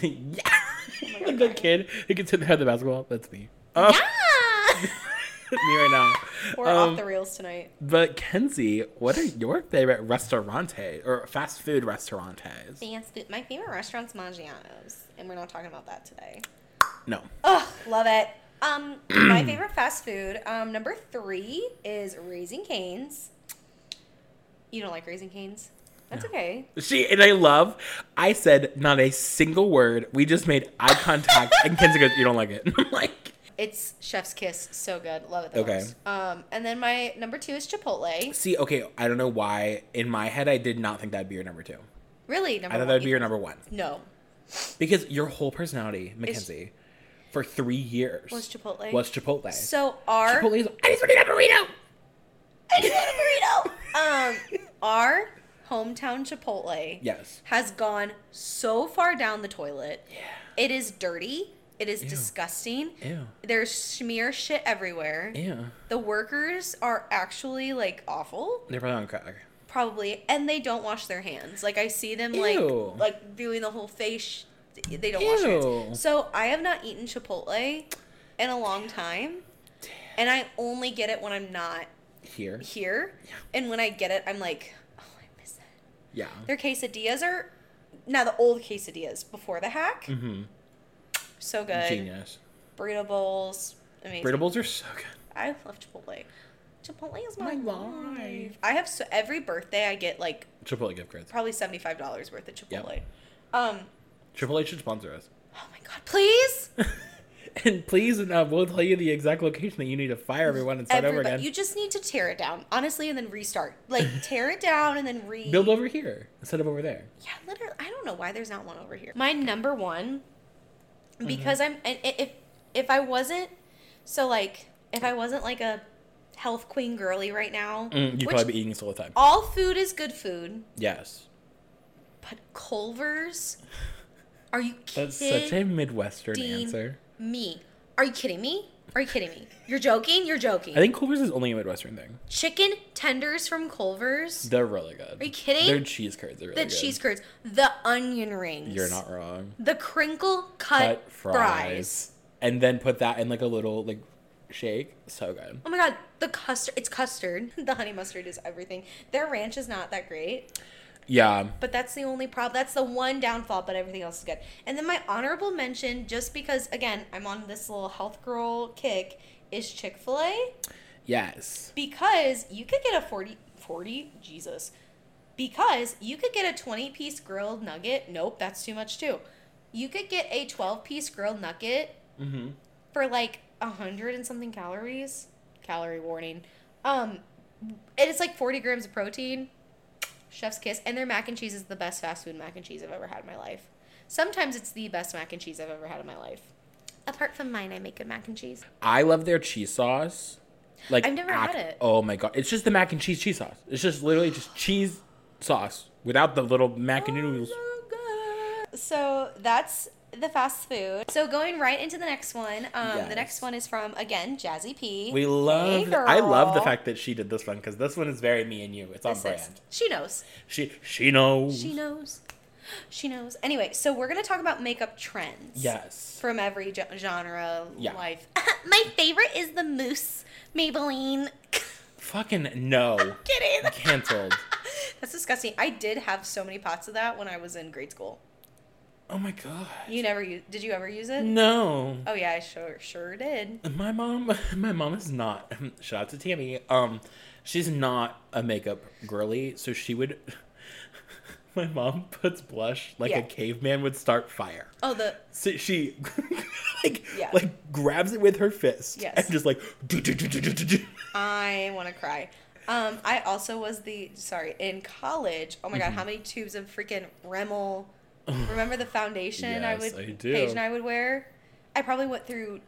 Speaker 2: yeah,
Speaker 1: God,
Speaker 2: like the
Speaker 1: crying.
Speaker 2: Uh. kid who gets hit in the head with the basketball. That's me. Um,
Speaker 1: yeah.
Speaker 2: me right now. Um,
Speaker 1: We're off the rails tonight.
Speaker 2: But Kenzie, what are your favorite restaurante or fast food restaurantes?
Speaker 1: Fast food. My favorite restaurant's Maggiano's, and we're not talking about that today.
Speaker 2: No.
Speaker 1: Ugh, love it. Um, my favorite fast food. Um, number three is Raising Canes. You don't like Raising Canes? That's okay.
Speaker 2: She and I love. I said not a single word. We just made eye contact, and Kenzie goes, "You don't like it." I'm like,
Speaker 1: It's Chef's Kiss, so good. Love it. The
Speaker 2: Okay.
Speaker 1: most. Um, and then my number two is Chipotle.
Speaker 2: see, okay, I don't know why. In my head, I did not think that'd be your number two.
Speaker 1: Really, number
Speaker 2: I thought
Speaker 1: one.
Speaker 2: that'd be
Speaker 1: you-
Speaker 2: your number one
Speaker 1: No,
Speaker 2: because your whole personality, Mackenzie, for three years
Speaker 1: Was Chipotle.
Speaker 2: Was Chipotle.
Speaker 1: So our
Speaker 2: Chipotle is. I just want to get a burrito.
Speaker 1: I just want a burrito. Um, our hometown Chipotle
Speaker 2: Yes.
Speaker 1: has gone so far down the toilet. Yeah. It is dirty. It is disgusting.
Speaker 2: Ew.
Speaker 1: There's smear shit everywhere.
Speaker 2: Yeah.
Speaker 1: The workers are actually like awful,
Speaker 2: They're probably on crack.
Speaker 1: probably, and they don't wash their hands. Like I see them
Speaker 2: Ew.
Speaker 1: like like doing the whole face. Sh- they don't wash their
Speaker 2: Ew.
Speaker 1: hands. So I have not eaten Chipotle in a long time, and I only get it when I'm not
Speaker 2: Here.
Speaker 1: here. And when I get it, I'm like, oh, I miss it.
Speaker 2: Yeah.
Speaker 1: Their quesadillas are now the old quesadillas before the hack.
Speaker 2: Mhm.
Speaker 1: So good.
Speaker 2: Genius.
Speaker 1: Burrito bowls. Amazing.
Speaker 2: Burrito bowls are so good.
Speaker 1: I love Chipotle. Chipotle is my,
Speaker 2: My
Speaker 1: life.
Speaker 2: life.
Speaker 1: I have so every birthday I get like
Speaker 2: Chipotle gift cards.
Speaker 1: probably seventy five dollars worth of
Speaker 2: Yep.
Speaker 1: Chipotle. Um,
Speaker 2: Chipotle should sponsor us.
Speaker 1: oh my god, please!
Speaker 2: and please, and uh, we'll tell you the exact location that you need to fire everyone and start over
Speaker 1: Everybody,
Speaker 2: again.
Speaker 1: you just need to tear it down, honestly, and then restart. Like tear it down and then re.
Speaker 2: Build over here instead of over there.
Speaker 1: Yeah, literally. I don't know why there's not one over here. My number one,
Speaker 2: Mm-hmm.
Speaker 1: because I'm and i- if if I wasn't so like if I wasn't like a health queen girly right now,
Speaker 2: Mm, you'd
Speaker 1: which
Speaker 2: probably be eating this all the time.
Speaker 1: all food is good food,
Speaker 2: Yes.
Speaker 1: but Culver's, are you kidding
Speaker 2: That's such a Midwestern answer.
Speaker 1: me? Are you kidding me? Are you kidding me? You're joking. You're joking.
Speaker 2: I think Culver's is only a Midwestern thing.
Speaker 1: Chicken tenders from Culver's,
Speaker 2: They're really good.
Speaker 1: Are you kidding?
Speaker 2: Their cheese curds are really
Speaker 1: the
Speaker 2: good.
Speaker 1: cheese curds, the onion rings.
Speaker 2: You're not wrong.
Speaker 1: The crinkle cut,
Speaker 2: Cut fries.
Speaker 1: fries.
Speaker 2: And then put that in like a little like shake. So good.
Speaker 1: Oh my god, the custard. It's custard. The honey mustard is everything. Their ranch is not that great,
Speaker 2: Yeah.
Speaker 1: but that's the only problem. That's the one downfall, but everything else is good. And then my honorable mention, just because, again, I'm on this little health girl kick, is Chick fil A.
Speaker 2: Yes.
Speaker 1: Because you could get a 40, 40? Jesus. Because you could get a 20 piece grilled nugget. Nope, that's too much too. You could get a 12 piece grilled nugget
Speaker 2: Mm-hmm.
Speaker 1: for like a hundred and something calories. Calorie warning. Um, and it's like forty grams of protein. Chef's kiss, and their mac and cheese is the best fast food mac and cheese I've ever had in my life. Sometimes it's the best mac and cheese I've ever had in my life. Apart from mine, I make good mac and cheese.
Speaker 2: I love their cheese sauce. Like
Speaker 1: I've never had it.
Speaker 2: Oh my god! It's just the mac and cheese cheese sauce. It's just literally just cheese sauce without the little mac and
Speaker 1: Oh,
Speaker 2: noodles.
Speaker 1: So that's the fast food. So going right into the next one. Um,
Speaker 2: Yes.
Speaker 1: The next one is from again Jazzy P.
Speaker 2: We love.
Speaker 1: Hey,
Speaker 2: I love the
Speaker 1: girl.
Speaker 2: fact that she did this one because this one is very me and you. It's on
Speaker 1: This is-
Speaker 2: brand.
Speaker 1: She knows.
Speaker 2: She she knows.
Speaker 1: She knows. She knows. Anyway, so we're gonna talk about makeup trends.
Speaker 2: Yes.
Speaker 1: From every ge- genre,
Speaker 2: Yeah.
Speaker 1: life. My favorite is the mousse Maybelline.
Speaker 2: Fucking no.
Speaker 1: Kidding.
Speaker 2: Cancelled.
Speaker 1: That's disgusting. I did have so many pots of that when I was in grade school.
Speaker 2: Oh my god.
Speaker 1: You never u- did you ever use it?
Speaker 2: No.
Speaker 1: Oh yeah, I sure sure did.
Speaker 2: My mom. My mom is not. Shout out to Tammy. Um, she's not a makeup girly, so she would. My mom puts blush like
Speaker 1: Yeah.
Speaker 2: a caveman would start fire.
Speaker 1: Oh the
Speaker 2: So she like
Speaker 1: Yeah.
Speaker 2: like grabs it with her fist
Speaker 1: Yes.
Speaker 2: and just like do, do, do, do, do, do, do.
Speaker 1: I want to cry. Um, I also was the sorry in college. Oh my
Speaker 2: Mm-hmm.
Speaker 1: god, how many tubes of freaking Rimmel? Remember the foundation I
Speaker 2: Yes,
Speaker 1: would
Speaker 2: I do.
Speaker 1: Paige and I would wear? I probably went through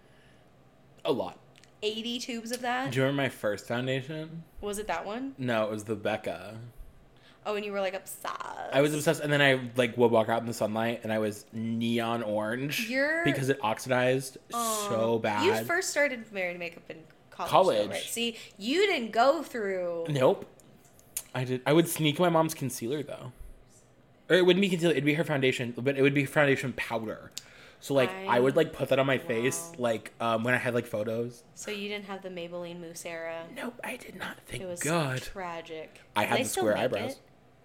Speaker 2: a lot.
Speaker 1: eighty tubes of that.
Speaker 2: Do you remember my first foundation?
Speaker 1: Was it that one?
Speaker 2: No, it was the Becca.
Speaker 1: Oh, and you were like obsessed.
Speaker 2: I was obsessed, and then I like would walk out in the sunlight, and I was neon orange
Speaker 1: You're-
Speaker 2: because it oxidized so bad.
Speaker 1: You first started married makeup in college. though,
Speaker 2: College.
Speaker 1: right? See, you didn't go through.
Speaker 2: Nope. I did. I would sneak my mom's concealer though, or it wouldn't be concealer. It'd be her foundation, but it would be foundation powder. So like I,
Speaker 1: I-
Speaker 2: would like put that on my face
Speaker 1: Wow.
Speaker 2: like um when I had like photos.
Speaker 1: So you didn't have the Maybelline mousse era.
Speaker 2: Nope, I did not. Thank
Speaker 1: It was
Speaker 2: God.
Speaker 1: tragic.
Speaker 2: I
Speaker 1: Do
Speaker 2: had
Speaker 1: they
Speaker 2: the
Speaker 1: still
Speaker 2: square
Speaker 1: make
Speaker 2: eyebrows.
Speaker 1: it?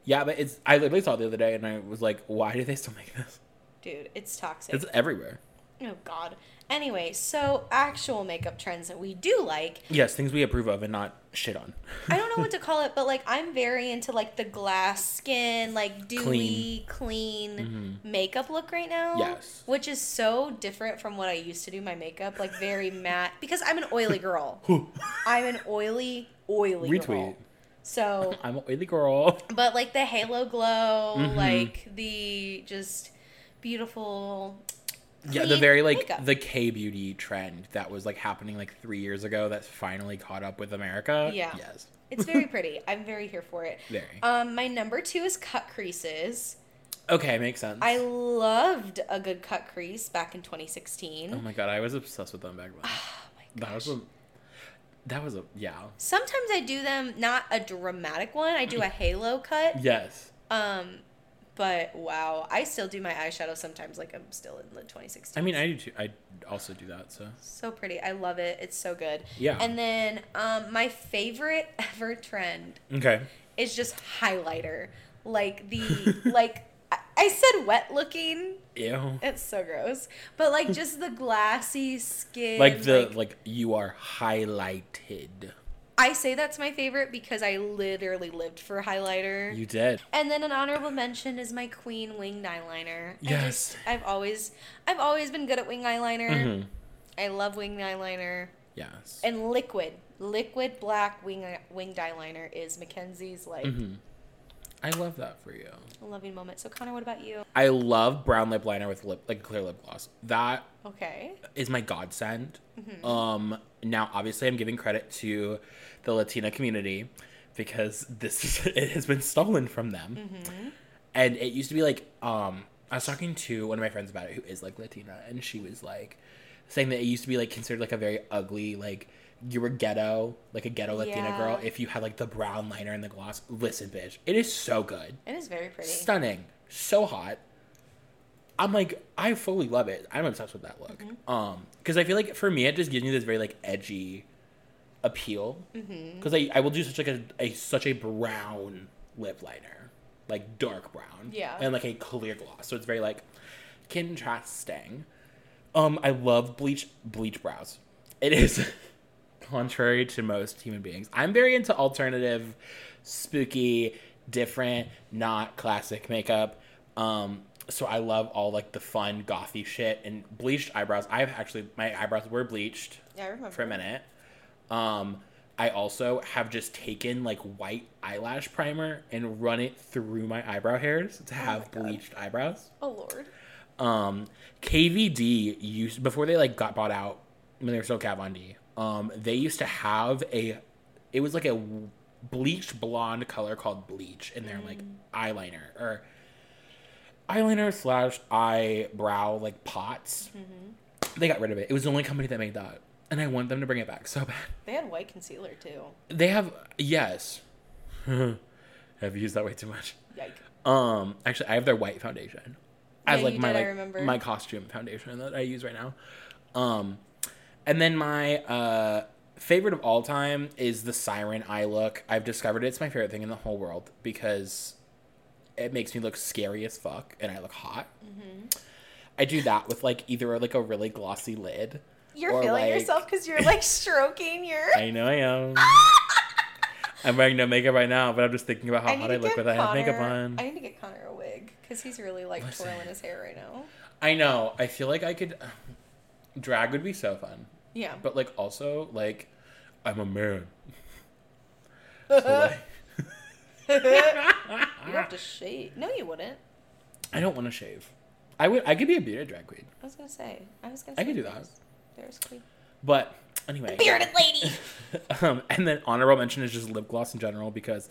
Speaker 2: Yeah, but it's I literally saw it the other day and I was like, why do they still make this?
Speaker 1: Dude, it's toxic.
Speaker 2: It's everywhere.
Speaker 1: Oh God. Anyway, so actual makeup trends that we do like.
Speaker 2: Yes, things we approve of and not shit on.
Speaker 1: I don't know what to call it, but like I'm very into like the glass skin, like dewy, clean, makeup look right now.
Speaker 2: Mm-hmm. Yes.
Speaker 1: Which is so different from what I used to do my makeup, like very matte because I'm an oily girl. I'm an oily, oily
Speaker 2: Retweet.
Speaker 1: girl. So
Speaker 2: I'm an oily girl.
Speaker 1: but like the halo glow,
Speaker 2: Mm-hmm.
Speaker 1: like the just beautiful
Speaker 2: Yeah, the
Speaker 1: clean
Speaker 2: very like
Speaker 1: makeup.
Speaker 2: the K beauty trend that was like happening like three years ago that's finally caught up with America.
Speaker 1: Yeah.
Speaker 2: Yes.
Speaker 1: It's very pretty. I'm very here for it.
Speaker 2: Very.
Speaker 1: Um, my number two is cut creases.
Speaker 2: Okay, makes sense.
Speaker 1: I loved a good cut crease back in 2016.
Speaker 2: oh my god, I was obsessed with them back then.
Speaker 1: Oh my
Speaker 2: That was a that was a yeah.
Speaker 1: Sometimes I do them not a dramatic one. I do a halo cut.
Speaker 2: Yes.
Speaker 1: Um, but wow, I still do my eyeshadow sometimes. Like I'm still in the 2016.
Speaker 2: I mean I do too I also do that, so
Speaker 1: so pretty. I love it. It's so good.
Speaker 2: Yeah.
Speaker 1: And then um, my favorite ever trend
Speaker 2: Okay.
Speaker 1: is just highlighter. Like the like I, I said, wet looking.
Speaker 2: Ew.
Speaker 1: It's so gross. But like just the glassy skin.
Speaker 2: Like the like, you are highlighted.
Speaker 1: I say that's my favorite because I literally lived for highlighter.
Speaker 2: You did.
Speaker 1: and then an honorable mention is my queen winged eyeliner. I
Speaker 2: Yes.
Speaker 1: just, I've always I've always been good at wing eyeliner.
Speaker 2: hmm
Speaker 1: I love winged eyeliner
Speaker 2: Yes.
Speaker 1: and liquid. Liquid black wing winged eyeliner is Mackenzie's like
Speaker 2: hmm I love that for you.
Speaker 1: loving moment. So Connor, what about you?
Speaker 2: I love brown lip liner with lip like clear lip gloss. That
Speaker 1: Okay.
Speaker 2: is my godsend. Um, now, obviously, I'm giving credit to the Latina community because this is, it has been stolen from them. And it used to be like, um, I was talking to one of my friends about it who is like Latina, and she was like saying that it used to be like considered like a very ugly, like you were ghetto, like a ghetto Latina
Speaker 1: Yeah.
Speaker 2: girl if you had like the brown liner and the gloss. Listen, bitch, it is so good
Speaker 1: It is very pretty.
Speaker 2: stunning, so hot. I'm like, I fully love it. I'm obsessed with that look. Um, because I feel like for me, it just gives me this very like edgy appeal. Because I, I will do such like a, a such a brown lip liner, like dark brown.
Speaker 1: Yeah.
Speaker 2: And like a clear gloss, so it's very like contrasting. Um, I love bleach bleach brows. It is contrary to most human beings. I'm very into alternative, spooky, different, not classic makeup. Um, so I love all like the fun gothy shit and bleached eyebrows. I've actually my eyebrows were bleached
Speaker 1: Yeah, I remember.
Speaker 2: for a minute. Um, I also have just taken like white eyelash primer and run it through my eyebrow hairs to have bleached eyebrows
Speaker 1: Oh lord.
Speaker 2: um KVD used before they like got bought out when they were still Kat Von D. Um, they used to have a, it was like a w- bleached blonde color called bleach in their like eyeliner or eyeliner slash eyebrow like pots. They got rid of it. It was the only company that made that, and I want them to bring it back so bad.
Speaker 1: They had white concealer too.
Speaker 2: They have yes, I've used that way too much.
Speaker 1: Yike.
Speaker 2: Um, actually, I have their white foundation as
Speaker 1: Yeah,
Speaker 2: like
Speaker 1: you
Speaker 2: my
Speaker 1: did, I
Speaker 2: like
Speaker 1: remember.
Speaker 2: my costume foundation that I use right now. Um, and then my uh favorite of all time is the siren eye look. I've discovered it's my favorite thing in the whole world because it makes me look scary as fuck and I look hot.
Speaker 1: Mm-hmm.
Speaker 2: I do that with like either like a really glossy lid.
Speaker 1: You're
Speaker 2: or,
Speaker 1: feeling
Speaker 2: like-
Speaker 1: yourself because you're like stroking your.
Speaker 2: I know I am. I'm wearing no makeup right now, but I'm just thinking about how hot I look
Speaker 1: give
Speaker 2: with I have makeup
Speaker 1: Connor-
Speaker 2: on.
Speaker 1: I need to get Connor a wig because he's really like twirling his hair right now.
Speaker 2: I know. I feel like I could. Drag would be so fun,
Speaker 1: Yeah.
Speaker 2: but like also like, I'm a man. So, like,
Speaker 1: You'd have to shave. No, you wouldn't.
Speaker 2: I don't want to shave. I would. I could be a bearded drag queen,
Speaker 1: I was gonna say. I was gonna.
Speaker 2: I
Speaker 1: Say
Speaker 2: could do
Speaker 1: there's- There's queen.
Speaker 2: but anyway.
Speaker 1: Bearded lady.
Speaker 2: um, and then honorable mention is just lip gloss in general because,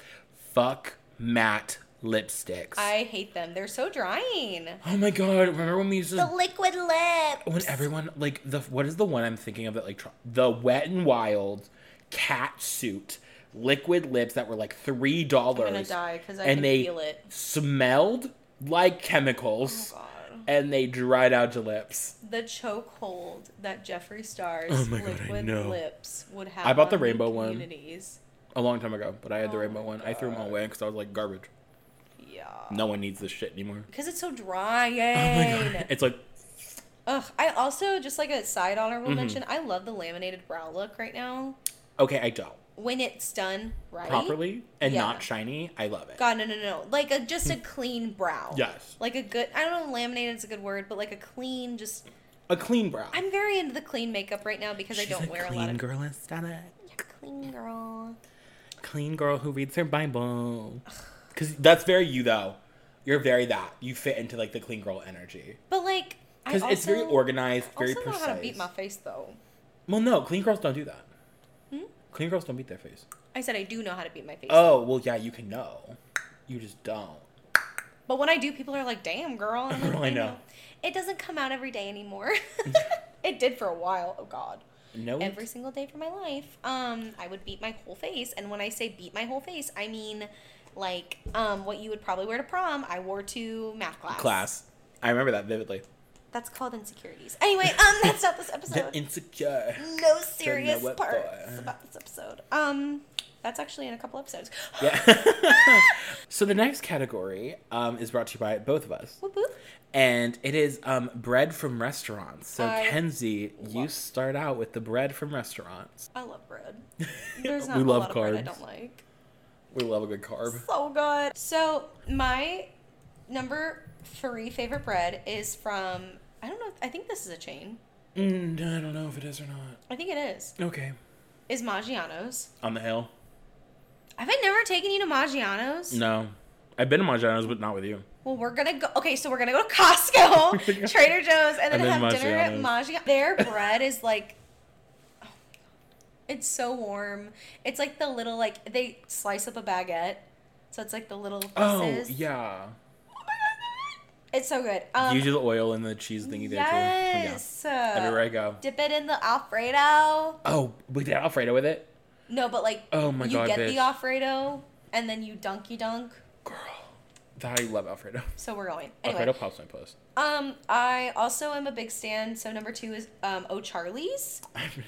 Speaker 2: fuck matte lipsticks.
Speaker 1: I hate them. They're so drying.
Speaker 2: oh my god! Remember when we used to
Speaker 1: The liquid lip.
Speaker 2: when everyone like the what is the one I'm thinking of that like tr- the Wet and Wild cat suit liquid lips that were like three dollars.
Speaker 1: I'm gonna die because I
Speaker 2: and
Speaker 1: can
Speaker 2: they
Speaker 1: feel it.
Speaker 2: smelled like chemicals.
Speaker 1: Oh God.
Speaker 2: and they dried out your lips.
Speaker 1: The chokehold that Jeffree Star's
Speaker 2: Oh my God, I
Speaker 1: liquid
Speaker 2: know.
Speaker 1: lips would have.
Speaker 2: I bought
Speaker 1: on
Speaker 2: the rainbow one.
Speaker 1: communities.
Speaker 2: A long time ago, but I had the
Speaker 1: Oh
Speaker 2: rainbow
Speaker 1: my
Speaker 2: one. I threw them all away because I was like, garbage.
Speaker 1: Yeah.
Speaker 2: No one needs this shit anymore. Oh
Speaker 1: Because it's so drying.
Speaker 2: It's like,
Speaker 1: Ugh. I also just like a side honorable
Speaker 2: Mm-hmm.
Speaker 1: mention. I love the laminated brow look right now.
Speaker 2: okay, I don't.
Speaker 1: When it's done right.
Speaker 2: Properly and
Speaker 1: Yeah.
Speaker 2: not shiny, I love it.
Speaker 1: God, no, no, no. Like a just a clean brow.
Speaker 2: Hmm. Yes.
Speaker 1: Like a good. I don't know. Laminated is a good word, but like a clean. Just.
Speaker 2: A clean brow.
Speaker 1: I'm very into the clean makeup right now because I don't wear a lot of.
Speaker 2: girl aesthetic.
Speaker 1: Yeah, clean girl.
Speaker 2: Clean girl who reads her Bible. Because that's very you, though. You're very that. You fit into like the clean girl energy.
Speaker 1: But like. I
Speaker 2: Because it's very
Speaker 1: also-
Speaker 2: organized, very
Speaker 1: also
Speaker 2: precise.
Speaker 1: know how to beat my face though.
Speaker 2: well, no, clean girls don't do that.
Speaker 1: Hmm?
Speaker 2: Clean girls don't beat their face.
Speaker 1: I said I do know how to beat my face.
Speaker 2: Oh, well, yeah, you can know. You just don't.
Speaker 1: But when I do, people are like, "Damn, girl." And I'm like,
Speaker 2: Oh, I
Speaker 1: I
Speaker 2: know.
Speaker 1: know. It doesn't come out every day anymore. it did for a while. Oh God.
Speaker 2: No.
Speaker 1: Every single day for my life, um, I would beat my whole face, and when I say beat my whole face, I mean like um, what you would probably wear to prom. I wore to math class.
Speaker 2: class. I remember that vividly.
Speaker 1: That's called insecurities. Anyway, um, that's not this
Speaker 2: The
Speaker 1: episode.
Speaker 2: insecure.
Speaker 1: no serious
Speaker 2: what
Speaker 1: parts
Speaker 2: for.
Speaker 1: about this episode. Um, that's actually in a couple episodes.
Speaker 2: Yeah. so the next category um, is brought to you by both of us,
Speaker 1: Whoop, whoop.
Speaker 2: and it is um, bread from restaurants. So
Speaker 1: I
Speaker 2: Kenzie, you
Speaker 1: love-
Speaker 2: start out with the bread from restaurants.
Speaker 1: I love bread. There's not
Speaker 2: We
Speaker 1: a
Speaker 2: love
Speaker 1: lot of bread I
Speaker 2: carbs.
Speaker 1: don't like.
Speaker 2: We love a good carb.
Speaker 1: So good. So my number three favorite bread is from I don't know. I think this is a chain.
Speaker 2: Mm, I don't know if it is or not.
Speaker 1: I think it is.
Speaker 2: Okay.
Speaker 1: Is Maggiano's.
Speaker 2: On the hill.
Speaker 1: Have I never taken you to Maggiano's?
Speaker 2: No, I've been to Maggiano's, but not with you.
Speaker 1: Well, we're gonna go. Okay, so we're gonna go to Costco, Trader Joe's, and then,
Speaker 2: Oh And then
Speaker 1: have dinner at Maggiano's. Their bread is like, oh, it's so warm. It's like the little like they slice up a baguette, so it's like the little pieces. Oh
Speaker 2: Oh yeah.
Speaker 1: It's so good. Um,
Speaker 2: you do the oil and the cheese thingy
Speaker 1: yes. uh,
Speaker 2: there too. Yeah. Everywhere I go.
Speaker 1: Dip it in the Alfredo.
Speaker 2: Oh, we did Alfredo with it.
Speaker 1: No, but like
Speaker 2: Oh my
Speaker 1: you
Speaker 2: God,
Speaker 1: get
Speaker 2: bitch.
Speaker 1: the Alfredo and then you dunky dunk.
Speaker 2: Girl, I love Alfredo.
Speaker 1: So we're going. Anyway.
Speaker 2: Alfredo pops my post.
Speaker 1: Um, I also am a big stan. So number two is um O'Charlie's.
Speaker 2: I've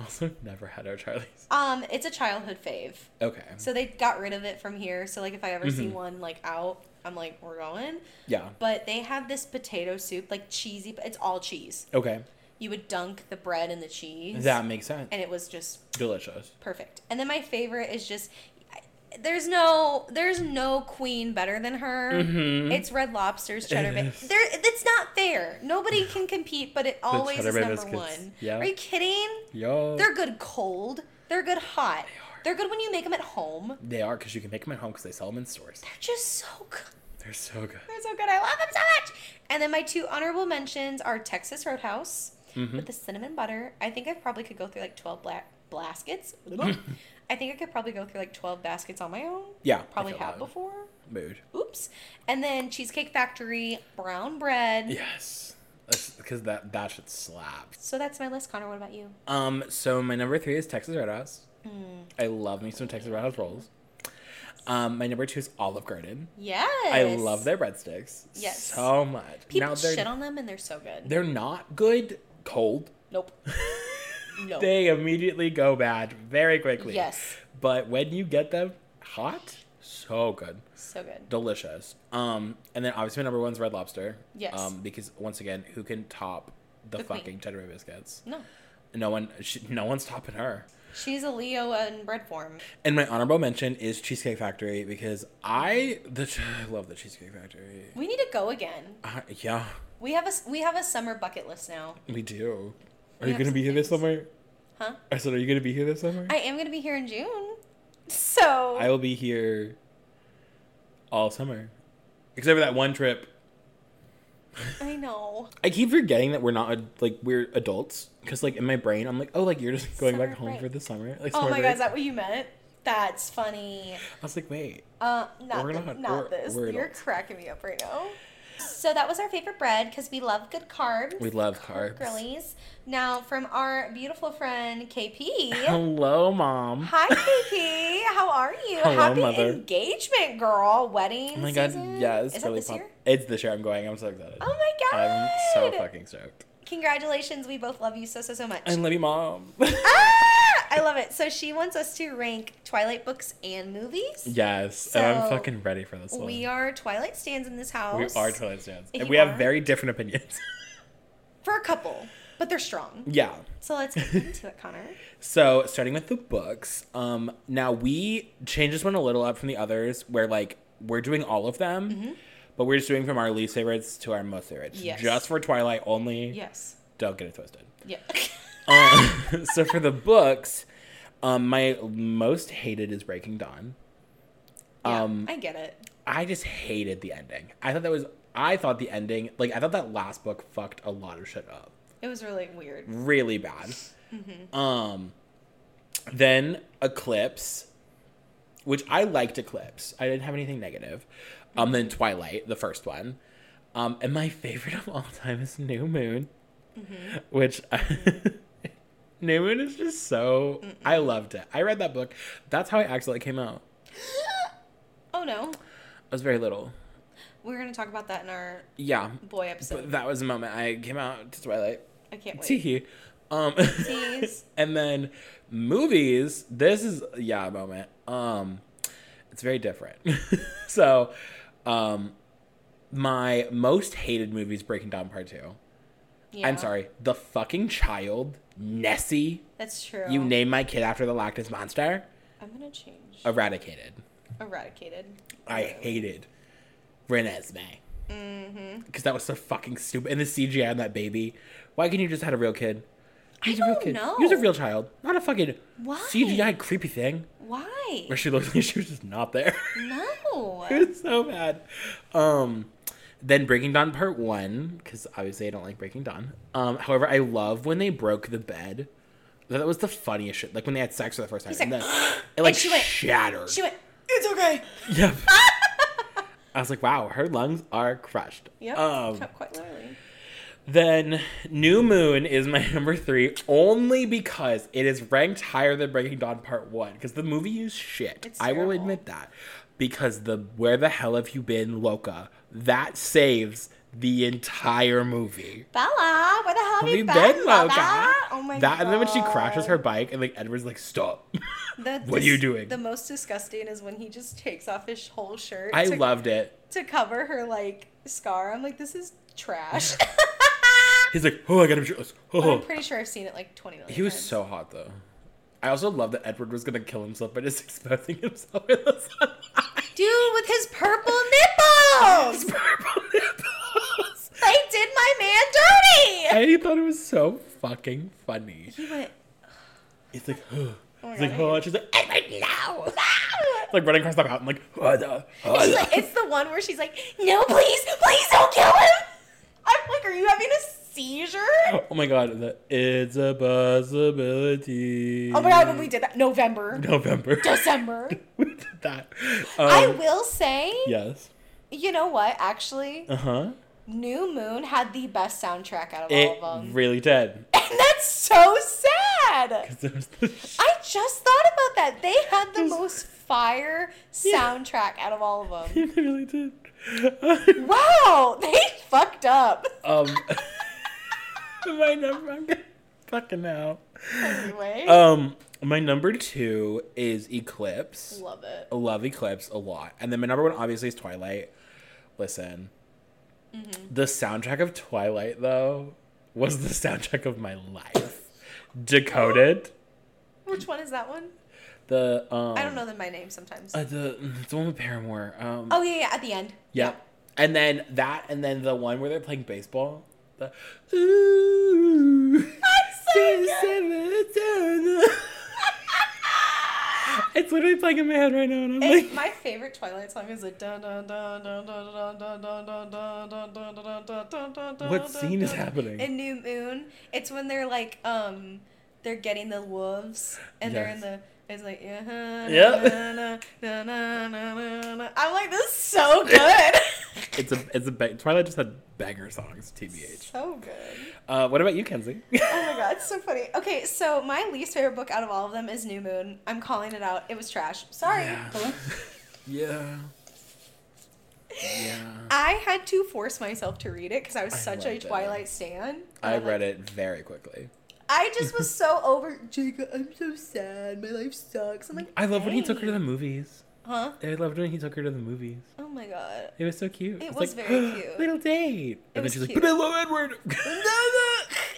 Speaker 2: also never had our Charlie's.
Speaker 1: Um, it's a childhood fave.
Speaker 2: Okay.
Speaker 1: So they got rid of it from here. So like if I ever
Speaker 2: Mm-hmm.
Speaker 1: see one like out, I'm like, we're going.
Speaker 2: yeah.
Speaker 1: But they have this potato soup, like cheesy but it's all cheese.
Speaker 2: Okay.
Speaker 1: You would dunk the bread in the cheese.
Speaker 2: That makes sense.
Speaker 1: and it was just
Speaker 2: Delicious.
Speaker 1: perfect. And then my favorite is just there's no there's no queen better than her.
Speaker 2: Mhm.
Speaker 1: It's Red Lobster's cheddar
Speaker 2: It
Speaker 1: bay.
Speaker 2: is.
Speaker 1: There, it's not fair. Nobody can compete, but it always
Speaker 2: cheddar
Speaker 1: is
Speaker 2: bay
Speaker 1: number
Speaker 2: biscuits.
Speaker 1: one.
Speaker 2: Yeah.
Speaker 1: Are you kidding?
Speaker 2: Yo.
Speaker 1: They're good cold. They're good hot. They are. good when you make them at home. They're
Speaker 2: They are because you can make them at home because they sell them in stores.
Speaker 1: just so good.
Speaker 2: They're so good.
Speaker 1: They're so good. I love them so much. And then my two honorable mentions are Texas Roadhouse
Speaker 2: Mm-hmm.
Speaker 1: with the cinnamon butter. I think I probably could go through like twelve black baskets. I think I could probably go through like twelve baskets on my own.
Speaker 2: Yeah. I
Speaker 1: Probably
Speaker 2: feel
Speaker 1: have
Speaker 2: that.
Speaker 1: before.
Speaker 2: Mood.
Speaker 1: Oops. And then Cheesecake Factory brown bread.
Speaker 2: Yes. Because that that shit slaps.
Speaker 1: So that's my list, Connor. What about you?
Speaker 2: Um. So my number three is Texas Roadhouse.
Speaker 1: Mm.
Speaker 2: I love me some Texas Roadhouse rolls. Um. My number two is Olive Garden.
Speaker 1: Yes.
Speaker 2: I love their breadsticks.
Speaker 1: Yes.
Speaker 2: So much.
Speaker 1: People
Speaker 2: they're
Speaker 1: shit on them and they're so good.
Speaker 2: they're not good cold.
Speaker 1: nope. No.
Speaker 2: they immediately go bad very quickly.
Speaker 1: Yes.
Speaker 2: But when you get them hot, so good.
Speaker 1: So good.
Speaker 2: Delicious. Um, and then obviously my number one's red lobster.
Speaker 1: Yes.
Speaker 2: Um, because once again, who can top the,
Speaker 1: The queen.
Speaker 2: fucking cheddar bay biscuits?
Speaker 1: No.
Speaker 2: No one she, no one's topping her.
Speaker 1: She's a Leo in bread form.
Speaker 2: And my honorable mention is Cheesecake Factory because I the ch- I love the Cheesecake Factory.
Speaker 1: We need to go again.
Speaker 2: Uh, yeah,
Speaker 1: We have a s- we have a summer bucket list now.
Speaker 2: we do. Are
Speaker 1: We
Speaker 2: you
Speaker 1: have
Speaker 2: gonna
Speaker 1: some
Speaker 2: be here this
Speaker 1: things.
Speaker 2: summer?
Speaker 1: Huh?
Speaker 2: I said, are you gonna be here this summer?
Speaker 1: I am gonna be here in June. So
Speaker 2: I will be here all summer, except for that one trip.
Speaker 1: I know.
Speaker 2: I keep forgetting that we're not ad- like we're adults because like in my brain I'm like, oh, like you're just going back
Speaker 1: Summer
Speaker 2: home
Speaker 1: break.
Speaker 2: for the summer. Like,
Speaker 1: Oh
Speaker 2: summer
Speaker 1: my god,
Speaker 2: break.
Speaker 1: is that what you meant? That's funny.
Speaker 2: I was like, wait,
Speaker 1: Uh, not
Speaker 2: We're
Speaker 1: thi-
Speaker 2: not-
Speaker 1: not
Speaker 2: we're-
Speaker 1: this.
Speaker 2: we're
Speaker 1: You're
Speaker 2: adults.
Speaker 1: cracking me up right now. So that was our favorite bread because we love good carbs.
Speaker 2: We love carbs.
Speaker 1: Grillies. Now from our beautiful friend
Speaker 2: Oh.
Speaker 1: KP.
Speaker 2: Hello, mom.
Speaker 1: Hi KP, how are you?
Speaker 2: Hello,
Speaker 1: Happy
Speaker 2: mother.
Speaker 1: engagement, girl. Wedding.
Speaker 2: Oh my god,
Speaker 1: season?
Speaker 2: yeah, it's
Speaker 1: Is that
Speaker 2: really
Speaker 1: this
Speaker 2: pop-
Speaker 1: year?
Speaker 2: It's this year I'm going. I'm so excited.
Speaker 1: Oh my god!
Speaker 2: I'm so fucking stoked.
Speaker 1: Congratulations, we both love you so so so much.
Speaker 2: I love you, mom.
Speaker 1: ah! I love it. So she wants us to rank Twilight books and movies.
Speaker 2: yes, and I'm
Speaker 1: So,
Speaker 2: fucking ready for this one.
Speaker 1: We are Twilight stands in this house.
Speaker 2: We are Twilight Stands.
Speaker 1: You
Speaker 2: And we
Speaker 1: are.
Speaker 2: have very different opinions.
Speaker 1: for a couple, but they're strong.
Speaker 2: yeah.
Speaker 1: So let's get into it, Connor.
Speaker 2: So starting with the books, um, now we changed this one a little up from the others, where like we're doing all of them, but we're just doing from our least favorites to our most favorites,
Speaker 1: Mm-hmm. Yes.
Speaker 2: just for Twilight only.
Speaker 1: Yes.
Speaker 2: Don't get it twisted.
Speaker 1: Yeah.
Speaker 2: Um, so for the books, um, my most hated is Breaking Dawn.
Speaker 1: Yeah,
Speaker 2: Um,
Speaker 1: I get it.
Speaker 2: I just hated the ending. I thought that was. I thought the ending, like I thought that last book fucked a lot of shit up.
Speaker 1: It was really weird.
Speaker 2: really bad. Um, then Eclipse, which I liked Eclipse. I didn't have anything negative. Um, then Twilight, the first one. Um, and my favorite of all time is New Moon, which New Moon is just so. I loved it. I read that book. That's how I accidentally came out.
Speaker 1: Oh no,
Speaker 2: I was very little.
Speaker 1: we're gonna talk about that in our
Speaker 2: Yeah.
Speaker 1: boy episode.
Speaker 2: But that was the moment I came out to Twilight.
Speaker 1: I can't wait.
Speaker 2: Teehee. Um,
Speaker 1: Tease.
Speaker 2: and then movies. This is yeah a moment. Um, it's very different. so, um, my most hated movies breaking down part two.
Speaker 1: Yeah,
Speaker 2: I'm sorry, the fucking child Nessie.
Speaker 1: That's true.
Speaker 2: You name my kid after the Loch Ness monster.
Speaker 1: I'm gonna change.
Speaker 2: Eradicated.
Speaker 1: Eradicated.
Speaker 2: Uh, I hated Renesmee.
Speaker 1: Mm-hmm.
Speaker 2: Because that was so fucking stupid. And the CGI on that baby. Why couldn't you just had a real kid?
Speaker 1: I
Speaker 2: Use a real
Speaker 1: don't
Speaker 2: kid.
Speaker 1: know.
Speaker 2: Use a real child, not a fucking
Speaker 1: Why?
Speaker 2: CGI creepy thing
Speaker 1: Why?
Speaker 2: where she looked like she was just not there.
Speaker 1: No.
Speaker 2: it was so bad. Um, then Breaking Dawn Part One, because obviously I don't like Breaking Dawn. Um, however, I love when they broke the bed. That was the funniest shit. Like when they had sex for the first time, and
Speaker 1: like,
Speaker 2: then it like
Speaker 1: she went-
Speaker 2: shattered.
Speaker 1: She went. It's okay.
Speaker 2: Yep. I was like, wow, her lungs are crushed.
Speaker 1: Yep.
Speaker 2: Um,
Speaker 1: Quite- quite literally.
Speaker 2: Then New Moon is my number three only because it is ranked higher than Breaking Dawn Part One because the movie is shit.
Speaker 1: It's
Speaker 2: I will
Speaker 1: terrible.
Speaker 2: admit that because the Where the hell have you been, Loca? That saves the entire movie.
Speaker 1: Bella, where the hell have
Speaker 2: Have
Speaker 1: you
Speaker 2: you
Speaker 1: been,
Speaker 2: been,
Speaker 1: Bella?
Speaker 2: Loca?
Speaker 1: Oh my
Speaker 2: that,
Speaker 1: god.
Speaker 2: And then when she crashes her bike and like Edward's like, stop.
Speaker 1: The-
Speaker 2: What are you doing?
Speaker 1: The most disgusting is when he just takes off his whole shirt
Speaker 2: I
Speaker 1: to,
Speaker 2: loved it.
Speaker 1: to cover her like scar. I'm like, this is trash.
Speaker 2: He's like, oh, I got him shirtless.
Speaker 1: But
Speaker 2: Oh.
Speaker 1: I'm pretty sure I've seen it like 20 million.
Speaker 2: He was
Speaker 1: times.
Speaker 2: so hot though. I also love that Edward was gonna kill himself by just exposing himself in the sunlight.
Speaker 1: dude with his purple nipples.
Speaker 2: purple nipples.
Speaker 1: they did my man dirty.
Speaker 2: And he thought it was so fucking funny.
Speaker 1: He went.
Speaker 2: He's like, oh.
Speaker 1: my
Speaker 2: He's like,
Speaker 1: God.
Speaker 2: oh, and she's like, I like now.
Speaker 1: "Ah!"
Speaker 2: Like running across the mountain, like, oh, no, oh,
Speaker 1: It's,
Speaker 2: no."
Speaker 1: like, it's the one where she's like, "No, please, please don't kill him." I'm like, "Are you having a seizure?"
Speaker 2: oh my god, the, it's a possibility.
Speaker 1: Oh my god, when we did that November,
Speaker 2: November.
Speaker 1: December.
Speaker 2: we did that.
Speaker 1: I
Speaker 2: Um,
Speaker 1: will say,
Speaker 2: yes.
Speaker 1: you know what? Actually,
Speaker 2: Uh huh.
Speaker 1: New Moon had the best soundtrack out of
Speaker 2: It
Speaker 1: all of them.
Speaker 2: really did.
Speaker 1: and that's so sad.
Speaker 2: Because there's the
Speaker 1: I just thought about that. They had the most fire soundtrack out of all of them.
Speaker 2: It really did.
Speaker 1: Wow, they fucked up.
Speaker 2: um, my number, I'm gonna- fucking out.
Speaker 1: Anyway,
Speaker 2: Um, my number two is Eclipse.
Speaker 1: love it.
Speaker 2: I Love Eclipse a lot, and then my number one obviously is Twilight. Listen, the soundtrack of Twilight though was the soundtrack of my life. Decoded
Speaker 1: Which one is that one?
Speaker 2: the um,
Speaker 1: I don't know the, my name sometimes.
Speaker 2: uh, the the one with Paramore. Um,
Speaker 1: oh yeah, yeah, at the end.
Speaker 2: Yeah. And then that, and then the one where they're playing baseball. The ooh.
Speaker 1: so
Speaker 2: it's literally playing in my head right now, and I'm
Speaker 1: It's
Speaker 2: like,
Speaker 1: my favorite Twilight song is the dun dun dun dun dun dun dun dun dun dun dun dun dun dun dun dun dun.
Speaker 2: What scene is
Speaker 1: dun.
Speaker 2: happening?
Speaker 1: In New Moon, it's when they're like um they're getting the wolves and they're in the
Speaker 2: Yes.
Speaker 1: it's like uh-huh, yeah
Speaker 2: Yep.
Speaker 1: na, na, na, na, na, na, na. I'm like this is so good.
Speaker 2: It's a it's a ba- Twilight just had banger songs, tbh.
Speaker 1: So good.
Speaker 2: Uh, what about you, Kenzie?
Speaker 1: Oh my god, it's so funny. Okay, so my least favorite book out of all of them is New Moon. I'm calling it out. It was trash. Sorry.
Speaker 2: Yeah. yeah. Yeah.
Speaker 1: I had to force myself to read it because I was
Speaker 2: I
Speaker 1: such a
Speaker 2: read that.
Speaker 1: Twilight stan. And
Speaker 2: I
Speaker 1: I'm like-
Speaker 2: read it very quickly.
Speaker 1: I just was so over Jacob. I'm so sad. My life sucks. I'm like,
Speaker 2: I loved when he took her to the
Speaker 1: "Dang."
Speaker 2: movies.
Speaker 1: Huh?
Speaker 2: I loved when he took her to the movies.
Speaker 1: Oh my god.
Speaker 2: It was so cute.
Speaker 1: It
Speaker 2: It's
Speaker 1: was very cute.
Speaker 2: Little date. And then
Speaker 1: was
Speaker 2: she's like,
Speaker 1: cute.
Speaker 2: but I love Edward.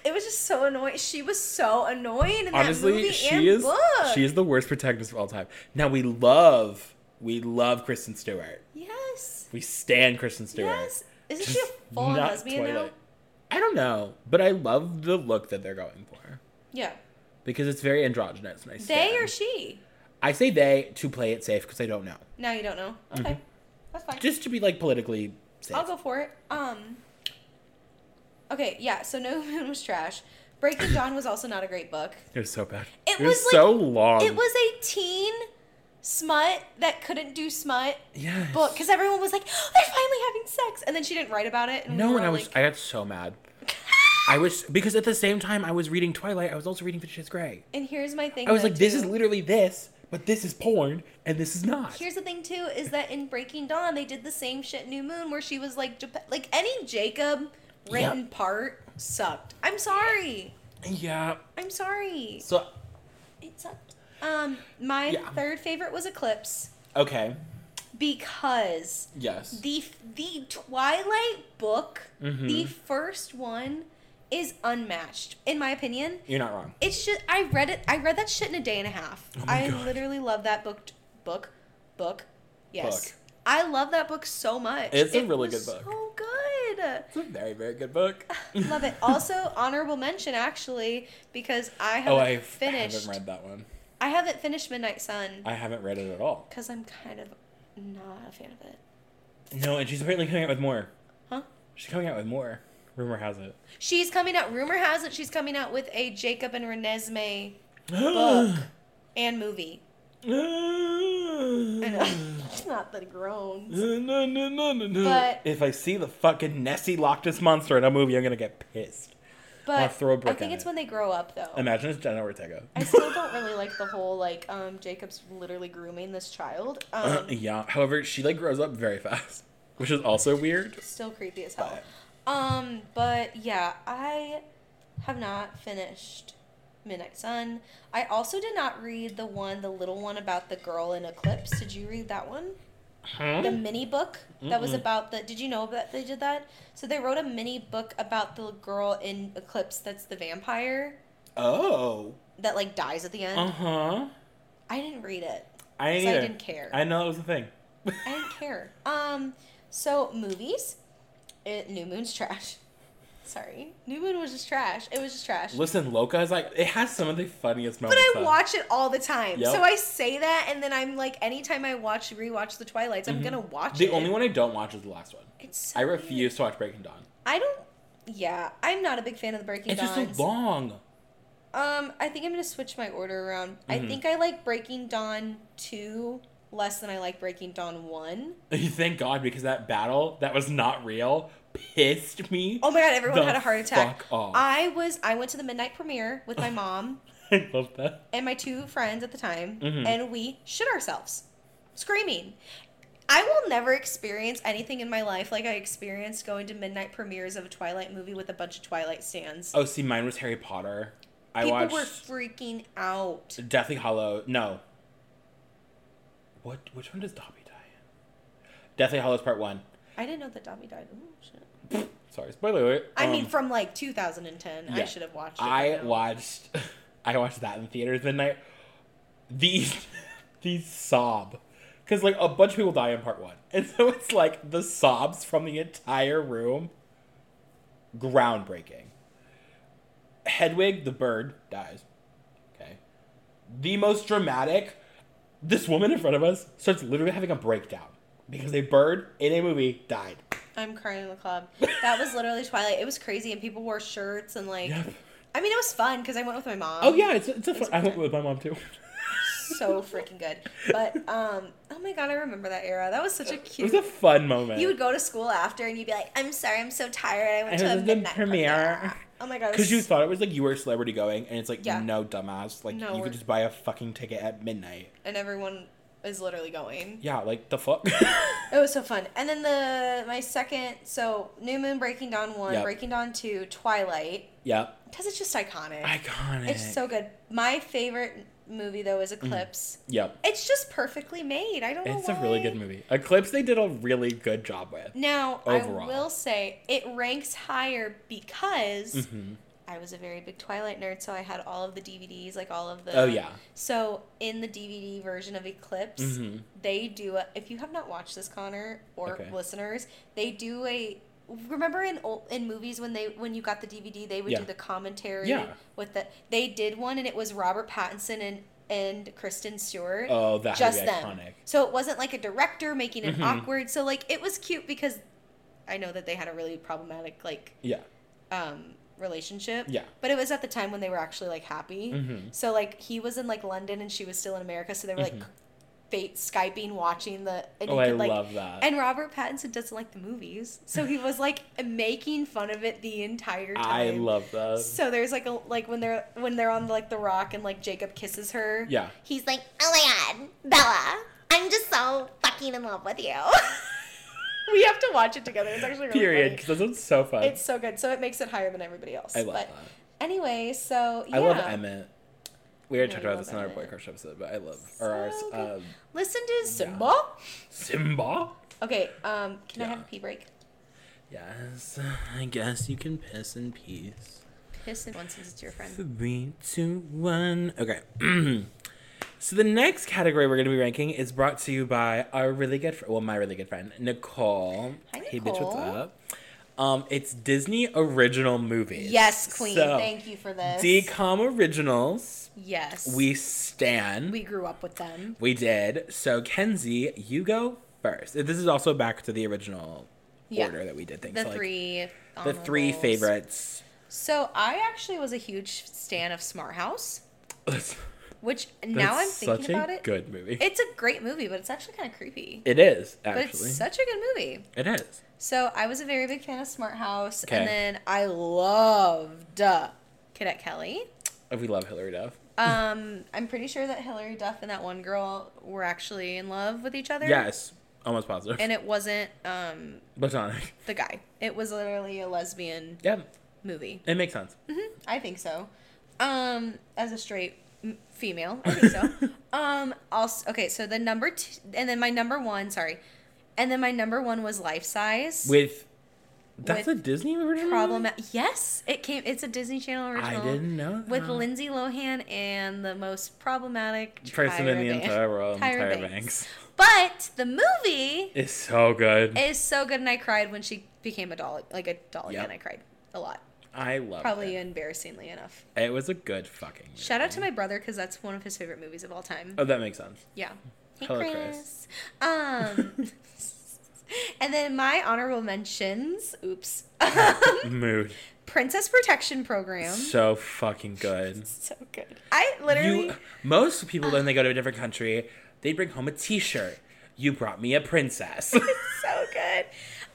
Speaker 1: It was just so annoying. She was so annoying in that
Speaker 2: Honestly,
Speaker 1: movie
Speaker 2: she
Speaker 1: and
Speaker 2: is
Speaker 1: book.
Speaker 2: she is the worst protagonist of all time. Now we love we love Kristen Stewart.
Speaker 1: Yes.
Speaker 2: We stand Kristen Stewart.
Speaker 1: Yes. Isn't she
Speaker 2: Just
Speaker 1: a full on
Speaker 2: not
Speaker 1: lesbian now?
Speaker 2: Twilight. I don't know, but I love the look that they're going for
Speaker 1: Yeah.
Speaker 2: because it's very androgynous. And I
Speaker 1: They
Speaker 2: stand.
Speaker 1: or she?
Speaker 2: I say they to play it safe because I don't know,
Speaker 1: Now you don't know. Okay. That's fine.
Speaker 2: Mm-hmm. just to be like politically safe.
Speaker 1: I'll go for it. Um. Okay, yeah, so No Moon was trash. Breaking Dawn was also not a great book.
Speaker 2: It was so bad.
Speaker 1: It
Speaker 2: was,
Speaker 1: was, like-
Speaker 2: so long.
Speaker 1: It was a teen smut that couldn't do smut
Speaker 2: yes.
Speaker 1: book because everyone was like, they're finally having sex. And then she didn't write about it. And we
Speaker 2: No,
Speaker 1: were
Speaker 2: and I
Speaker 1: all
Speaker 2: was
Speaker 1: like-
Speaker 2: I got so mad. I was because at the same time I was reading Twilight, I was also reading Fifty Shades Grey.
Speaker 1: and here's my thing.
Speaker 2: I was
Speaker 1: though,
Speaker 2: like, this
Speaker 1: too.
Speaker 2: is literally this, but this is porn, and this is not.
Speaker 1: Here's the thing too is that in Breaking Dawn they did the same shit in New Moon where she was like Jap- like any Jacob written part sucked. I'm sorry.
Speaker 2: yeah.
Speaker 1: I'm sorry.
Speaker 2: So
Speaker 1: It sucked. Um my
Speaker 2: Yeah.
Speaker 1: third favorite was Eclipse
Speaker 2: okay.
Speaker 1: because
Speaker 2: Yes.
Speaker 1: the the Twilight book, the first one is unmatched in my opinion.
Speaker 2: You're not wrong.
Speaker 1: It's just I read it. I read that shit in a day and a half.
Speaker 2: Oh my
Speaker 1: I
Speaker 2: God.
Speaker 1: literally love that book. Book, book, yes.
Speaker 2: Book.
Speaker 1: I love that book so much.
Speaker 2: It's a really good book.
Speaker 1: So good.
Speaker 2: It's a very, very good book.
Speaker 1: love it. Also, honorable mention actually because I haven't
Speaker 2: oh, I
Speaker 1: finished.
Speaker 2: haven't read that one.
Speaker 1: I haven't finished Midnight Sun
Speaker 2: I haven't read it at all.
Speaker 1: because I'm kind of not a fan of it.
Speaker 2: No, and she's apparently coming out with more.
Speaker 1: Huh?
Speaker 2: She's coming out with more. Rumor has it.
Speaker 1: She's coming out. Rumor has it she's coming out with a Jacob and Renesmee book and movie. I know. it's not the groans.
Speaker 2: No, no, no, no, no.
Speaker 1: But-
Speaker 2: if I see the fucking Nessie Loch Ness monster in a movie, I'm gonna get pissed.
Speaker 1: But
Speaker 2: throw a brick
Speaker 1: I think
Speaker 2: at
Speaker 1: it's
Speaker 2: it.
Speaker 1: when they grow up, though.
Speaker 2: Imagine it's Jenna Ortega.
Speaker 1: I still don't really like the whole like um Jacob's literally grooming this child. Um,
Speaker 2: yeah. However, she like grows up very fast, which is also weird.
Speaker 1: still creepy as hell. Um, but yeah, I have not finished Midnight Sun. I also did not read the one, the little one about the girl in Eclipse. Did you read that one? The mini book that was about the. Did you know that they did that? So they wrote a mini book about the girl in Eclipse that's the vampire
Speaker 2: Oh.
Speaker 1: that like dies at the end.
Speaker 2: Uh huh.
Speaker 1: I didn't read it.
Speaker 2: I didn't,
Speaker 1: So I
Speaker 2: either.
Speaker 1: didn't care.
Speaker 2: I know that was the thing.
Speaker 1: I didn't care. Um, so movies, it, New Moon's trash. Sorry, New Moon was just trash. It was just trash.
Speaker 2: Listen, Loca is like it has some of the funniest
Speaker 1: but
Speaker 2: moments.
Speaker 1: I
Speaker 2: though.
Speaker 1: watch it all the time,
Speaker 2: Yep.
Speaker 1: so I say that, and then I'm like, anytime I watch rewatch the Twilights, I'm gonna watch
Speaker 2: Mm-hmm. the
Speaker 1: it.
Speaker 2: only one I don't watch is the last one.
Speaker 1: It's so
Speaker 2: I
Speaker 1: weird.
Speaker 2: refuse to watch Breaking Dawn.
Speaker 1: I don't. Yeah, I'm not a big fan of the Breaking
Speaker 2: It's just
Speaker 1: Dawns.
Speaker 2: so long.
Speaker 1: Um, I think I'm gonna switch my order around.
Speaker 2: Mm-hmm.
Speaker 1: I think I like Breaking Dawn two less than I like Breaking Dawn one.
Speaker 2: Thank God because that battle that was not real pissed me.
Speaker 1: Oh my god, everyone
Speaker 2: The
Speaker 1: had a heart attack.
Speaker 2: fuck off.
Speaker 1: I was I went to the midnight premiere with my mom.
Speaker 2: I love that.
Speaker 1: and my two friends at the time,
Speaker 2: Mm-hmm.
Speaker 1: and we shit ourselves, screaming. I will never experience anything in my life like I experienced going to midnight premieres of a Twilight movie with a bunch of Twilight stands.
Speaker 2: Oh, see, mine was Harry Potter. I
Speaker 1: People
Speaker 2: watched
Speaker 1: were freaking out.
Speaker 2: Deathly Hollow. No. What? Which one does Dobby die in? Deathly Hollows Part One.
Speaker 1: I didn't know that Dobby died. Oh, shit.
Speaker 2: Sorry, spoiler alert.
Speaker 1: I mean,
Speaker 2: Um,
Speaker 1: from like 2010, I
Speaker 2: yeah.
Speaker 1: should have watched it. by
Speaker 2: I
Speaker 1: now.
Speaker 2: watched I watched that in theaters midnight. The the sob. Cause like a bunch of people die in part one. And so it's like the sobs from the entire room. Groundbreaking. Hedwig the bird dies. Okay. The most dramatic this woman in front of us starts literally having a breakdown because a bird in a movie died.
Speaker 1: I'm crying in the club. That was literally Twilight. It was crazy, and people wore shirts and like.
Speaker 2: Yep.
Speaker 1: I mean, it was fun because I went with my mom.
Speaker 2: Oh yeah, it's it's a fun,
Speaker 1: a
Speaker 2: I
Speaker 1: good
Speaker 2: went
Speaker 1: time.
Speaker 2: with my mom too.
Speaker 1: so freaking good. But um, oh my god, I remember that era. That was such a
Speaker 2: It was
Speaker 1: cute.
Speaker 2: a fun moment.
Speaker 1: you would go to school after and you'd be like, "I'm sorry, I'm so tired. I went
Speaker 2: I
Speaker 1: to a
Speaker 2: was at the
Speaker 1: midnight
Speaker 2: premiere."
Speaker 1: premiere." Oh my god, it
Speaker 2: Because you
Speaker 1: was-
Speaker 2: thought it was like you were a celebrity going, and it's like
Speaker 1: Yeah.
Speaker 2: no, dumbass. Like
Speaker 1: No,
Speaker 2: you
Speaker 1: we're-
Speaker 2: could just buy a fucking ticket at midnight.
Speaker 1: and everyone is literally going.
Speaker 2: Yeah, like the fuck.
Speaker 1: It was so fun. And then the my second, so New Moon, Breaking Dawn one,
Speaker 2: Yep.
Speaker 1: Breaking Dawn two, Twilight,
Speaker 2: yeah,
Speaker 1: because it's just iconic.
Speaker 2: iconic.
Speaker 1: It's so good. My favorite movie though is Eclipse.
Speaker 2: Yep.
Speaker 1: It's just perfectly made. I don't know.
Speaker 2: Mm. It's a really
Speaker 1: why.
Speaker 2: good movie. Eclipse, they did a really good job with.
Speaker 1: Now, I
Speaker 2: Overall.
Speaker 1: will say it ranks higher because
Speaker 2: Mm.
Speaker 1: I was a very big Twilight nerd, so I had all of the DVDs, like all of the.
Speaker 2: Oh, yeah.
Speaker 1: So in the DVD version of Eclipse,
Speaker 2: Mhm.
Speaker 1: they do a. If you have not watched this, Connor or
Speaker 2: Okay.
Speaker 1: listeners, they do a. Remember in old, in movies when they when you got the DVD, they would
Speaker 2: Yeah.
Speaker 1: do the commentary
Speaker 2: Yeah.
Speaker 1: with the. They did one, and it was Robert Pattinson and and Kristen Stewart
Speaker 2: Oh, that
Speaker 1: just
Speaker 2: would be
Speaker 1: them.
Speaker 2: iconic.
Speaker 1: So it wasn't like a director making it
Speaker 2: Mhm.
Speaker 1: awkward. So like it was cute because I know that they had a really problematic like
Speaker 2: Yeah.
Speaker 1: um relationship.
Speaker 2: Yeah.
Speaker 1: But it was at the time when they were actually like happy.
Speaker 2: Mhm.
Speaker 1: So like he was in like London and she was still in America, so they were like fate skyping watching the and
Speaker 2: Mm-hmm. Oh,
Speaker 1: you
Speaker 2: I
Speaker 1: could, like
Speaker 2: love that.
Speaker 1: and Robert Pattinson doesn't like the movies. So he was like making fun of it the entire time.
Speaker 2: I love that.
Speaker 1: So there's like a like when they're when they're on like the rock and like Jacob kisses her.
Speaker 2: Yeah.
Speaker 1: He's like, oh my god, Bella, I'm just so fucking in love with you. we have to watch it together. It's actually really
Speaker 2: Period.
Speaker 1: funny.
Speaker 2: Because that sounds so fun.
Speaker 1: It's so good. So it makes it higher than everybody else.
Speaker 2: I love
Speaker 1: but
Speaker 2: that.
Speaker 1: anyway, so yeah.
Speaker 2: I love Emmett. We already
Speaker 1: Yeah,
Speaker 2: talked
Speaker 1: I
Speaker 2: about
Speaker 1: love
Speaker 2: this in our
Speaker 1: Emmett.
Speaker 2: boy crush episode, but I love or our
Speaker 1: So good.
Speaker 2: um,
Speaker 1: Listen to Simba.
Speaker 2: Simba.
Speaker 1: Okay, um, can I have
Speaker 2: Yeah.
Speaker 1: a pee break?
Speaker 2: Yes, I guess you can piss in peace.
Speaker 1: Piss and once since it's your friend.
Speaker 2: Three, two, one. Okay. so the next category we're going to be ranking is brought to you by our really good, fr- well, my really good friend Nicole.
Speaker 1: Hi,
Speaker 2: Hey, bitch, what's
Speaker 1: Nicole.
Speaker 2: up? Um, it's Disney original movies.
Speaker 1: Yes, Queen.
Speaker 2: So,
Speaker 1: Thank you for this.
Speaker 2: DCOM originals.
Speaker 1: yes.
Speaker 2: We stan.
Speaker 1: we grew up with them.
Speaker 2: We did. So Kenzie, you go first. This is also back to the original
Speaker 1: Yeah.
Speaker 2: order that we did things.
Speaker 1: The
Speaker 2: So, like,
Speaker 1: three.
Speaker 2: the three
Speaker 1: honorables.
Speaker 2: favorites.
Speaker 1: So I actually was a huge stan of Smart House,
Speaker 2: That's,
Speaker 1: which now I'm
Speaker 2: that's
Speaker 1: thinking
Speaker 2: such a
Speaker 1: about it.
Speaker 2: Good movie.
Speaker 1: It's a great movie, but it's actually kind of creepy.
Speaker 2: it is
Speaker 1: But
Speaker 2: actually.
Speaker 1: it's such a good movie.
Speaker 2: it is.
Speaker 1: So I was a very big fan of Smart House,
Speaker 2: Okay.
Speaker 1: and then I loved uh, Cadet Kelly.
Speaker 2: Oh, We love Hillary Duff.
Speaker 1: Um, I'm pretty sure that Hilary Duff and that one girl were actually in love with each other.
Speaker 2: Yes, almost positive.
Speaker 1: And it wasn't um,
Speaker 2: Platonic.
Speaker 1: the guy. It was literally a lesbian
Speaker 2: Yeah,
Speaker 1: movie.
Speaker 2: it makes sense.
Speaker 1: I think so. Um, as a straight m- female, I think so. um, also, okay, so the number two, and then my number one, sorry, and then my number one was life size.
Speaker 2: With that's
Speaker 1: With
Speaker 2: a Disney original.
Speaker 1: problem. Yes, it came. It's a Disney Channel
Speaker 2: movie? I
Speaker 1: original.
Speaker 2: didn't know.
Speaker 1: With
Speaker 2: that.
Speaker 1: Lindsay Lohan and the most problematic
Speaker 2: person in
Speaker 1: Tyra
Speaker 2: the
Speaker 1: Ban-
Speaker 2: entire world,
Speaker 1: Tyra
Speaker 2: entire
Speaker 1: Banks.
Speaker 2: Banks.
Speaker 1: But the movie
Speaker 2: It's so good.
Speaker 1: is so good, and I cried when she became a doll, like a doll
Speaker 2: Yep.
Speaker 1: again. I cried a lot,
Speaker 2: I love
Speaker 1: probably
Speaker 2: it.
Speaker 1: embarrassingly enough.
Speaker 2: It was a good fucking. Movie.
Speaker 1: Shout out to my brother because that's one of his favorite movies of all time.
Speaker 2: Oh, that makes sense.
Speaker 1: Yeah. Hey,
Speaker 2: Hello,
Speaker 1: Chris. Um, and then my honorable mentions. Oops.
Speaker 2: Mood.
Speaker 1: Princess Protection Program.
Speaker 2: So fucking good.
Speaker 1: So good. I literally.
Speaker 2: You, most people, when they go to a different country, they bring home a T-shirt. You brought me a princess.
Speaker 1: so good.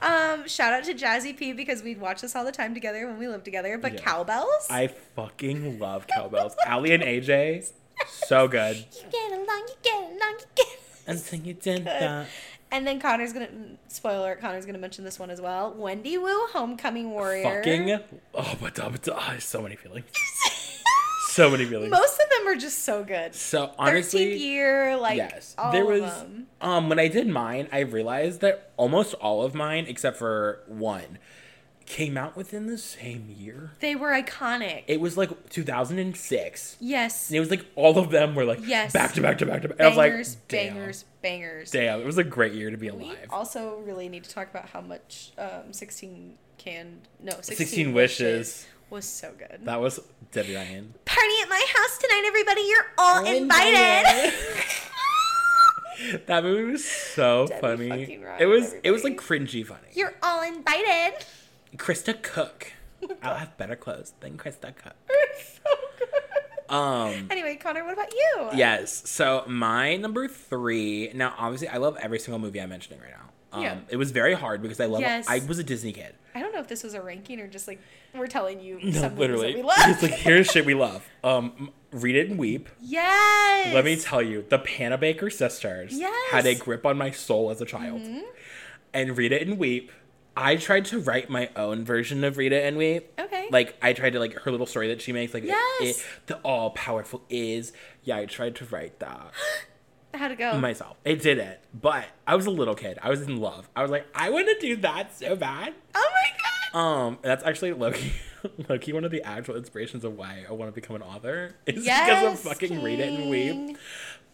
Speaker 1: Um, shout out to Jazzy P because we'd watch this all the time together when we lived together. But
Speaker 2: Yeah.
Speaker 1: cowbells.
Speaker 2: I fucking love cowbells. Allie and AJ, so good.
Speaker 1: you get along, you get along, you get.
Speaker 2: And so you did that.
Speaker 1: And then Connor's gonna mm, spoiler. alert, Connor's gonna mention this one as well. Wendy Wu, Homecoming Warrior.
Speaker 2: Fucking oh, but da, but da, ah, so many feelings, so many feelings.
Speaker 1: Most of them are just so good.
Speaker 2: so
Speaker 1: Thirteenth
Speaker 2: honestly,
Speaker 1: year, like
Speaker 2: yes,
Speaker 1: all
Speaker 2: there was.
Speaker 1: of them.
Speaker 2: Um, when I did mine, I realized that almost all of mine, except for one, came out within the same year.
Speaker 1: They were iconic.
Speaker 2: It was like 2006.
Speaker 1: yes.
Speaker 2: And it was like all of them were like
Speaker 1: Yes.
Speaker 2: back to back to back to back.
Speaker 1: Bangers,
Speaker 2: I was like, damn,
Speaker 1: bangers, bangers.
Speaker 2: damn. It was a great year to be
Speaker 1: We
Speaker 2: alive.
Speaker 1: also really need to talk about how much um, 16 canned, no, 16,
Speaker 2: 16
Speaker 1: wishes.
Speaker 2: Wishes.
Speaker 1: was so good.
Speaker 2: That was Debbie Ryan.
Speaker 1: Party at my house tonight, everybody. You're all
Speaker 2: All
Speaker 1: invited.
Speaker 2: That movie was so
Speaker 1: Debbie
Speaker 2: funny.
Speaker 1: fucking Ryan,
Speaker 2: It was it was like
Speaker 1: everybody.
Speaker 2: cringy funny.
Speaker 1: You're all invited.
Speaker 2: Krista Cook. I'll have better clothes than Krista Cook.
Speaker 1: It's so good.
Speaker 2: Um
Speaker 1: Anyway, Connor, what about you?
Speaker 2: yes. So my number three. Now, obviously, I love every single movie I'm mentioning right now. Um,
Speaker 1: Yeah.
Speaker 2: It was very hard because I love.
Speaker 1: Yes.
Speaker 2: I was a Disney kid.
Speaker 1: I don't know if this was a ranking or just like we're telling you
Speaker 2: No,
Speaker 1: some
Speaker 2: literally.
Speaker 1: movies that we love.
Speaker 2: It's like here's shit we love. Um, read it and weep.
Speaker 1: yes.
Speaker 2: Let me tell you, the Panabaker sisters
Speaker 1: Yes. Mm-hmm.
Speaker 2: had a grip on my soul as a child. And Read It and Weep, I tried to write my own version of Read It and Weep.
Speaker 1: Okay.
Speaker 2: Like I tried to like her little story that she makes, like it-
Speaker 1: Yes.
Speaker 2: it, the all powerful is. Yeah, I tried to write that
Speaker 1: How'd it go?
Speaker 2: myself. It did it, but I was a little kid. I was in love. I was like, I want to do that so bad.
Speaker 1: oh my god.
Speaker 2: Um, that's actually Loki. Loki, one of the actual inspirations of why I want to become an author is because of
Speaker 1: Yes,
Speaker 2: fucking read it and
Speaker 1: King.
Speaker 2: weep.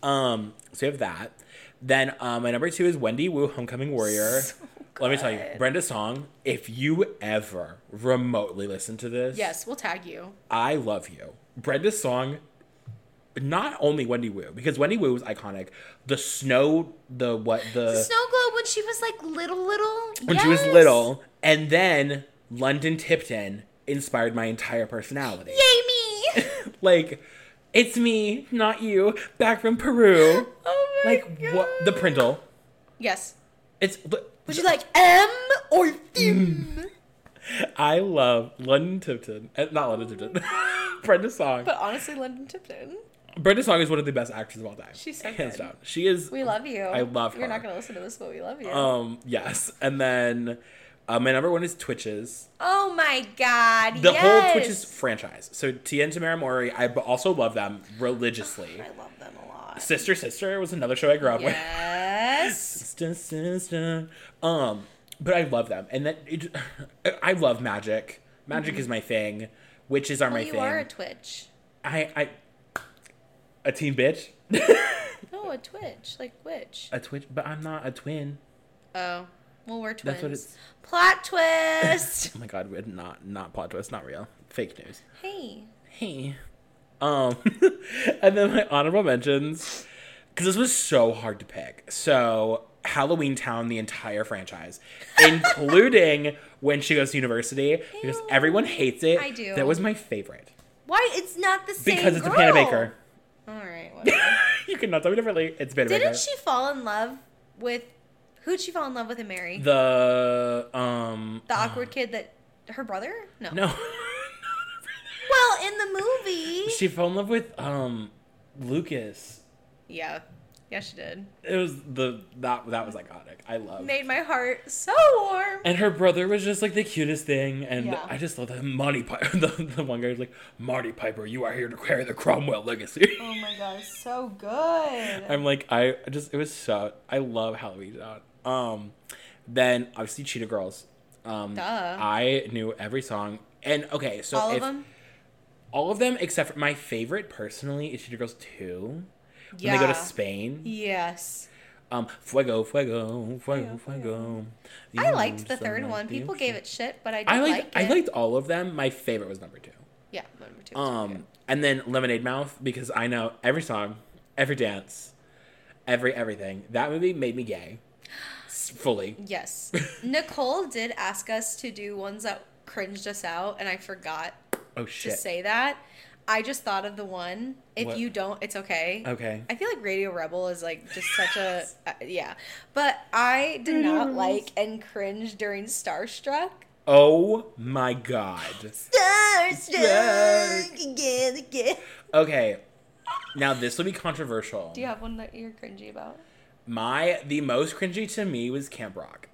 Speaker 2: Um, so you have that. Then um, my number two is Wendy Wu, Homecoming Warrior.
Speaker 1: So
Speaker 2: Let me tell you,
Speaker 1: good.
Speaker 2: Brenda Song. If you ever remotely listen to this,
Speaker 1: Yes, we'll tag you.
Speaker 2: I love you. Brenda's song, not only Wendy Wu, because Wendy Wu was iconic. The snow, the what, the,
Speaker 1: The snow globe when she was like little, little.
Speaker 2: Uh, when she was little, and then London Tipton inspired my entire personality.
Speaker 1: Yay me!
Speaker 2: Like, it's me, not you, back from Peru.
Speaker 1: oh my
Speaker 2: like
Speaker 1: god.
Speaker 2: what? The Prindle.
Speaker 1: Yes.
Speaker 2: It's.
Speaker 1: Would you like M or M?
Speaker 2: Mm. I love London Tipton. Uh, Not London Tipton. Brenda Song.
Speaker 1: But honestly, London Tipton,
Speaker 2: Brenda Song is one of the best actors of all time.
Speaker 1: She's so
Speaker 2: hands
Speaker 1: good.
Speaker 2: down. She is.
Speaker 1: we love you.
Speaker 2: I love
Speaker 1: We're
Speaker 2: her.
Speaker 1: not gonna listen to this, but we love you.
Speaker 2: Um, yes. And then uh, my number one is Twitches.
Speaker 1: oh my god!
Speaker 2: The
Speaker 1: yes.
Speaker 2: whole Twitches franchise. So Tia and Tamara Mori, I b- also love them religiously.
Speaker 1: Oh, I love them a lot.
Speaker 2: Sister Sister was another show I grew up with.
Speaker 1: Yes.
Speaker 2: Sister Sister. Um, but I love them. And then it, I love magic. Magic is my thing. Witches are
Speaker 1: well,
Speaker 2: my
Speaker 1: Mm-hmm. Oh, you
Speaker 2: thing.
Speaker 1: are a Twitch.
Speaker 2: I, I a teen bitch.
Speaker 1: No, a Twitch, like which?
Speaker 2: a twitch, but I'm not a twin.
Speaker 1: Oh, well, we're twins.
Speaker 2: what it's-
Speaker 1: Plot twist.
Speaker 2: Oh my god, we're not not plot twist, not real. Fake news.
Speaker 1: hey.
Speaker 2: Hey. Um, and then my honorable mentions, because this was so hard to pick. So Halloween Town, the entire franchise, including when she goes to university, because
Speaker 1: Ew.
Speaker 2: everyone hates it.
Speaker 1: I do.
Speaker 2: That was my favorite
Speaker 1: Why it's not the same?
Speaker 2: because it's
Speaker 1: girl.
Speaker 2: a Panabaker.
Speaker 1: All right. Whatever.
Speaker 2: you could not tell me differently. It's Panabaker.
Speaker 1: Didn't she fall in love with? Who'd she fall in love with in Mary? The,
Speaker 2: The um
Speaker 1: awkward kid that her brother? No.
Speaker 2: no,
Speaker 1: Well, in the movie.
Speaker 2: she fell in love with um Lucas.
Speaker 1: Yeah. Yeah, she did.
Speaker 2: It was the that that was iconic. I love.
Speaker 1: Made my heart so warm.
Speaker 2: And her brother was just like the cutest thing, and
Speaker 1: Yeah.
Speaker 2: I just love that Monty Piper. The, the one guy was like, "Marty Piper, you are here to carry the Cromwell legacy."
Speaker 1: oh my god, so good.
Speaker 2: I'm like, I just it was so I love Halloween Town. Um, then obviously Cheetah Girls. Um,
Speaker 1: Duh.
Speaker 2: I knew every song, and okay, so
Speaker 1: All
Speaker 2: if,
Speaker 1: of them?
Speaker 2: all of them except for my favorite personally is Cheetah Girls two. When they go
Speaker 1: Yeah.
Speaker 2: to Spain,
Speaker 1: Yes.
Speaker 2: um, fuego, fuego, fuego, fuego.
Speaker 1: I liked the third
Speaker 2: Somebody
Speaker 1: one. People gave it shit, but I did
Speaker 2: I
Speaker 1: like
Speaker 2: liked.
Speaker 1: it.
Speaker 2: I liked all of them. My favorite was number two.
Speaker 1: Yeah, number two.
Speaker 2: Um, and then Lemonade Mouth because I know every song, every dance, every everything. That movie made me gay, s- fully.
Speaker 1: Yes. Nicole did ask us to do ones that cringed us out, and I forgot
Speaker 2: Oh
Speaker 1: to
Speaker 2: shit.
Speaker 1: say that. I just thought of the one. If
Speaker 2: What?
Speaker 1: you don't, it's okay.
Speaker 2: Okay.
Speaker 1: I feel like Radio Rebel is like just such a uh, yeah. But I did not like and cringe during Starstruck.
Speaker 2: Oh my god. Starstruck,
Speaker 1: again, again.
Speaker 2: Okay. Now this will be controversial.
Speaker 1: Do you have one that you're cringy about?
Speaker 2: My the most cringy to me was Camp Rock.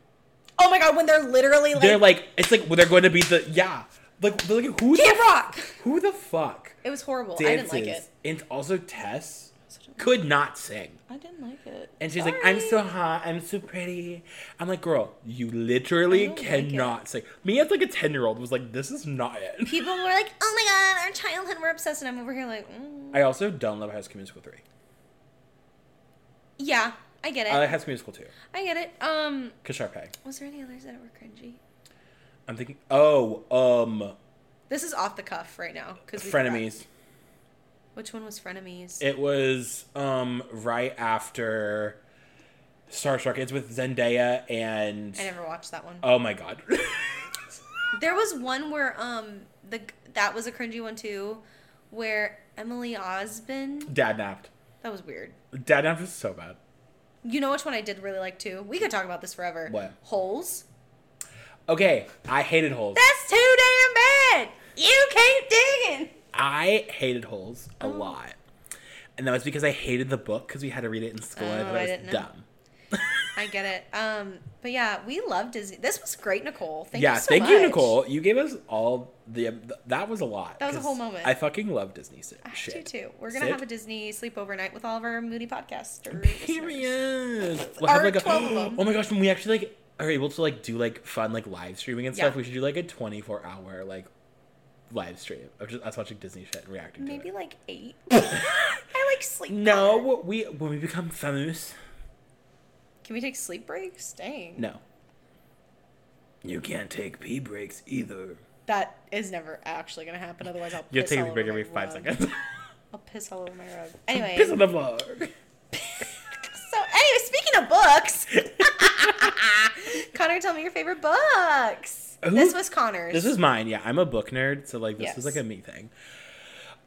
Speaker 1: Oh my god, when they're literally like,
Speaker 2: They're like it's like well, they're going to be the yeah like they're like who
Speaker 1: Camp
Speaker 2: the,
Speaker 1: Rock.
Speaker 2: who the fuck
Speaker 1: It was horrible.
Speaker 2: dances
Speaker 1: I didn't like it.
Speaker 2: and also Tess could not sing.
Speaker 1: I didn't like it.
Speaker 2: And she's like, I'm so
Speaker 1: Sorry.
Speaker 2: hot, I'm so pretty. I'm like, girl, you
Speaker 1: I
Speaker 2: literally
Speaker 1: don't like it.
Speaker 2: cannot sing. Me as like a 10 year old was like, this is not it.
Speaker 1: People were like, "Oh my god, our childhood, we're obsessed," and I'm over here like, mm.
Speaker 2: I also don't love High School Musical 3.
Speaker 1: "Yeah, I get it.
Speaker 2: I like High School Musical 2.
Speaker 1: I get it." Um,
Speaker 2: Cause Sharpay.
Speaker 1: was there any others that were cringy?
Speaker 2: I'm thinking, oh, um,
Speaker 1: This is off the cuff right now because
Speaker 2: Frenemies.
Speaker 1: Which one was frenemies?
Speaker 2: It was um right after Star Trek. It's with Zendaya and.
Speaker 1: I never watched that one.
Speaker 2: Oh my god.
Speaker 1: There was one where um the that was a cringy one too, where Emily Osmond.
Speaker 2: Dad napped.
Speaker 1: That was weird.
Speaker 2: Dad napped was so bad.
Speaker 1: You know which one I did really like too? We could talk about this forever.
Speaker 2: What?
Speaker 1: Holes.
Speaker 2: Okay, I hated holes.
Speaker 1: That's too damn bad. You keep digging.
Speaker 2: I hated holes
Speaker 1: Oh.
Speaker 2: a lot, and that was because I hated the book because we had to read it in school. and I
Speaker 1: Oh,
Speaker 2: thought
Speaker 1: I
Speaker 2: it
Speaker 1: didn't know.
Speaker 2: was dumb.
Speaker 1: I get it. Um, but yeah, we love Disney. This was great, Nicole. Thank
Speaker 2: yeah,
Speaker 1: you so
Speaker 2: thank
Speaker 1: much.
Speaker 2: you, Nicole. You gave us all the. that was a lot.
Speaker 1: That was a
Speaker 2: 'cause
Speaker 1: whole moment.
Speaker 2: I fucking love Disney si-
Speaker 1: I do
Speaker 2: shit.
Speaker 1: too. We're gonna
Speaker 2: Sid?
Speaker 1: have a Disney sleepover night with all of our moody podcasters.
Speaker 2: Period. We'll have
Speaker 1: Our
Speaker 2: like a,
Speaker 1: 12 of them.
Speaker 2: Oh my gosh, when we actually like are able to like do like fun like live streaming and stuff,
Speaker 1: Yeah.
Speaker 2: we should do like a twenty four hour like live stream of just us watching Disney shit and reacting
Speaker 1: Maybe
Speaker 2: to it.
Speaker 1: like eight. I like sleep. better.
Speaker 2: No, we when we become famous,
Speaker 1: Can we take sleep breaks? Dang.
Speaker 2: no. You can't take pee breaks either.
Speaker 1: That is never actually gonna happen. Otherwise, I'll
Speaker 2: You
Speaker 1: piss
Speaker 2: take a
Speaker 1: all
Speaker 2: pee
Speaker 1: over
Speaker 2: break
Speaker 1: my
Speaker 2: every five
Speaker 1: rug.
Speaker 2: seconds.
Speaker 1: I'll piss all over my rug. Anyway.
Speaker 2: Piss on the vlog.
Speaker 1: So, anyway, speaking of books, Connor, tell me your favorite books.
Speaker 2: Who-
Speaker 1: This was Connor's.
Speaker 2: This is mine. Yeah, I'm a book nerd, so like this
Speaker 1: Yes.
Speaker 2: is like a me thing.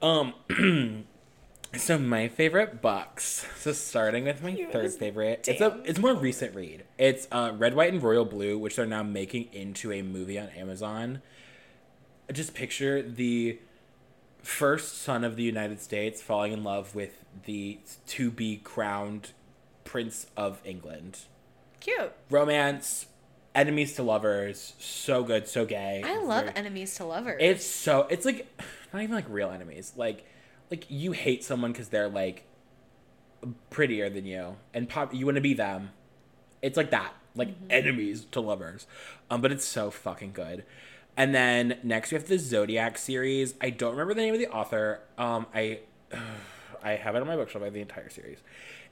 Speaker 2: Um, so my favorite books. So starting with my
Speaker 1: Cute
Speaker 2: third
Speaker 1: as
Speaker 2: favorite, it's a
Speaker 1: damn
Speaker 2: it's a more recent read. It's uh, Red, White, and Royal Blue, which they're now making into a movie on Amazon. Just picture the first son of the United States falling in love with the to be crowned prince of England.
Speaker 1: cute.
Speaker 2: Romance, enemies to lovers, so good, so gay.
Speaker 1: I love
Speaker 2: Very-
Speaker 1: enemies to lovers.
Speaker 2: it's so it's like not even like real enemies. Like like you hate someone because they're like prettier than you and pop you want to be them. It's like that. Like enemies to lovers. Um but it's so fucking good. And then next we have the Zodiac series. I don't remember the name of the author. Um I I have it on my bookshelf. I have the entire series.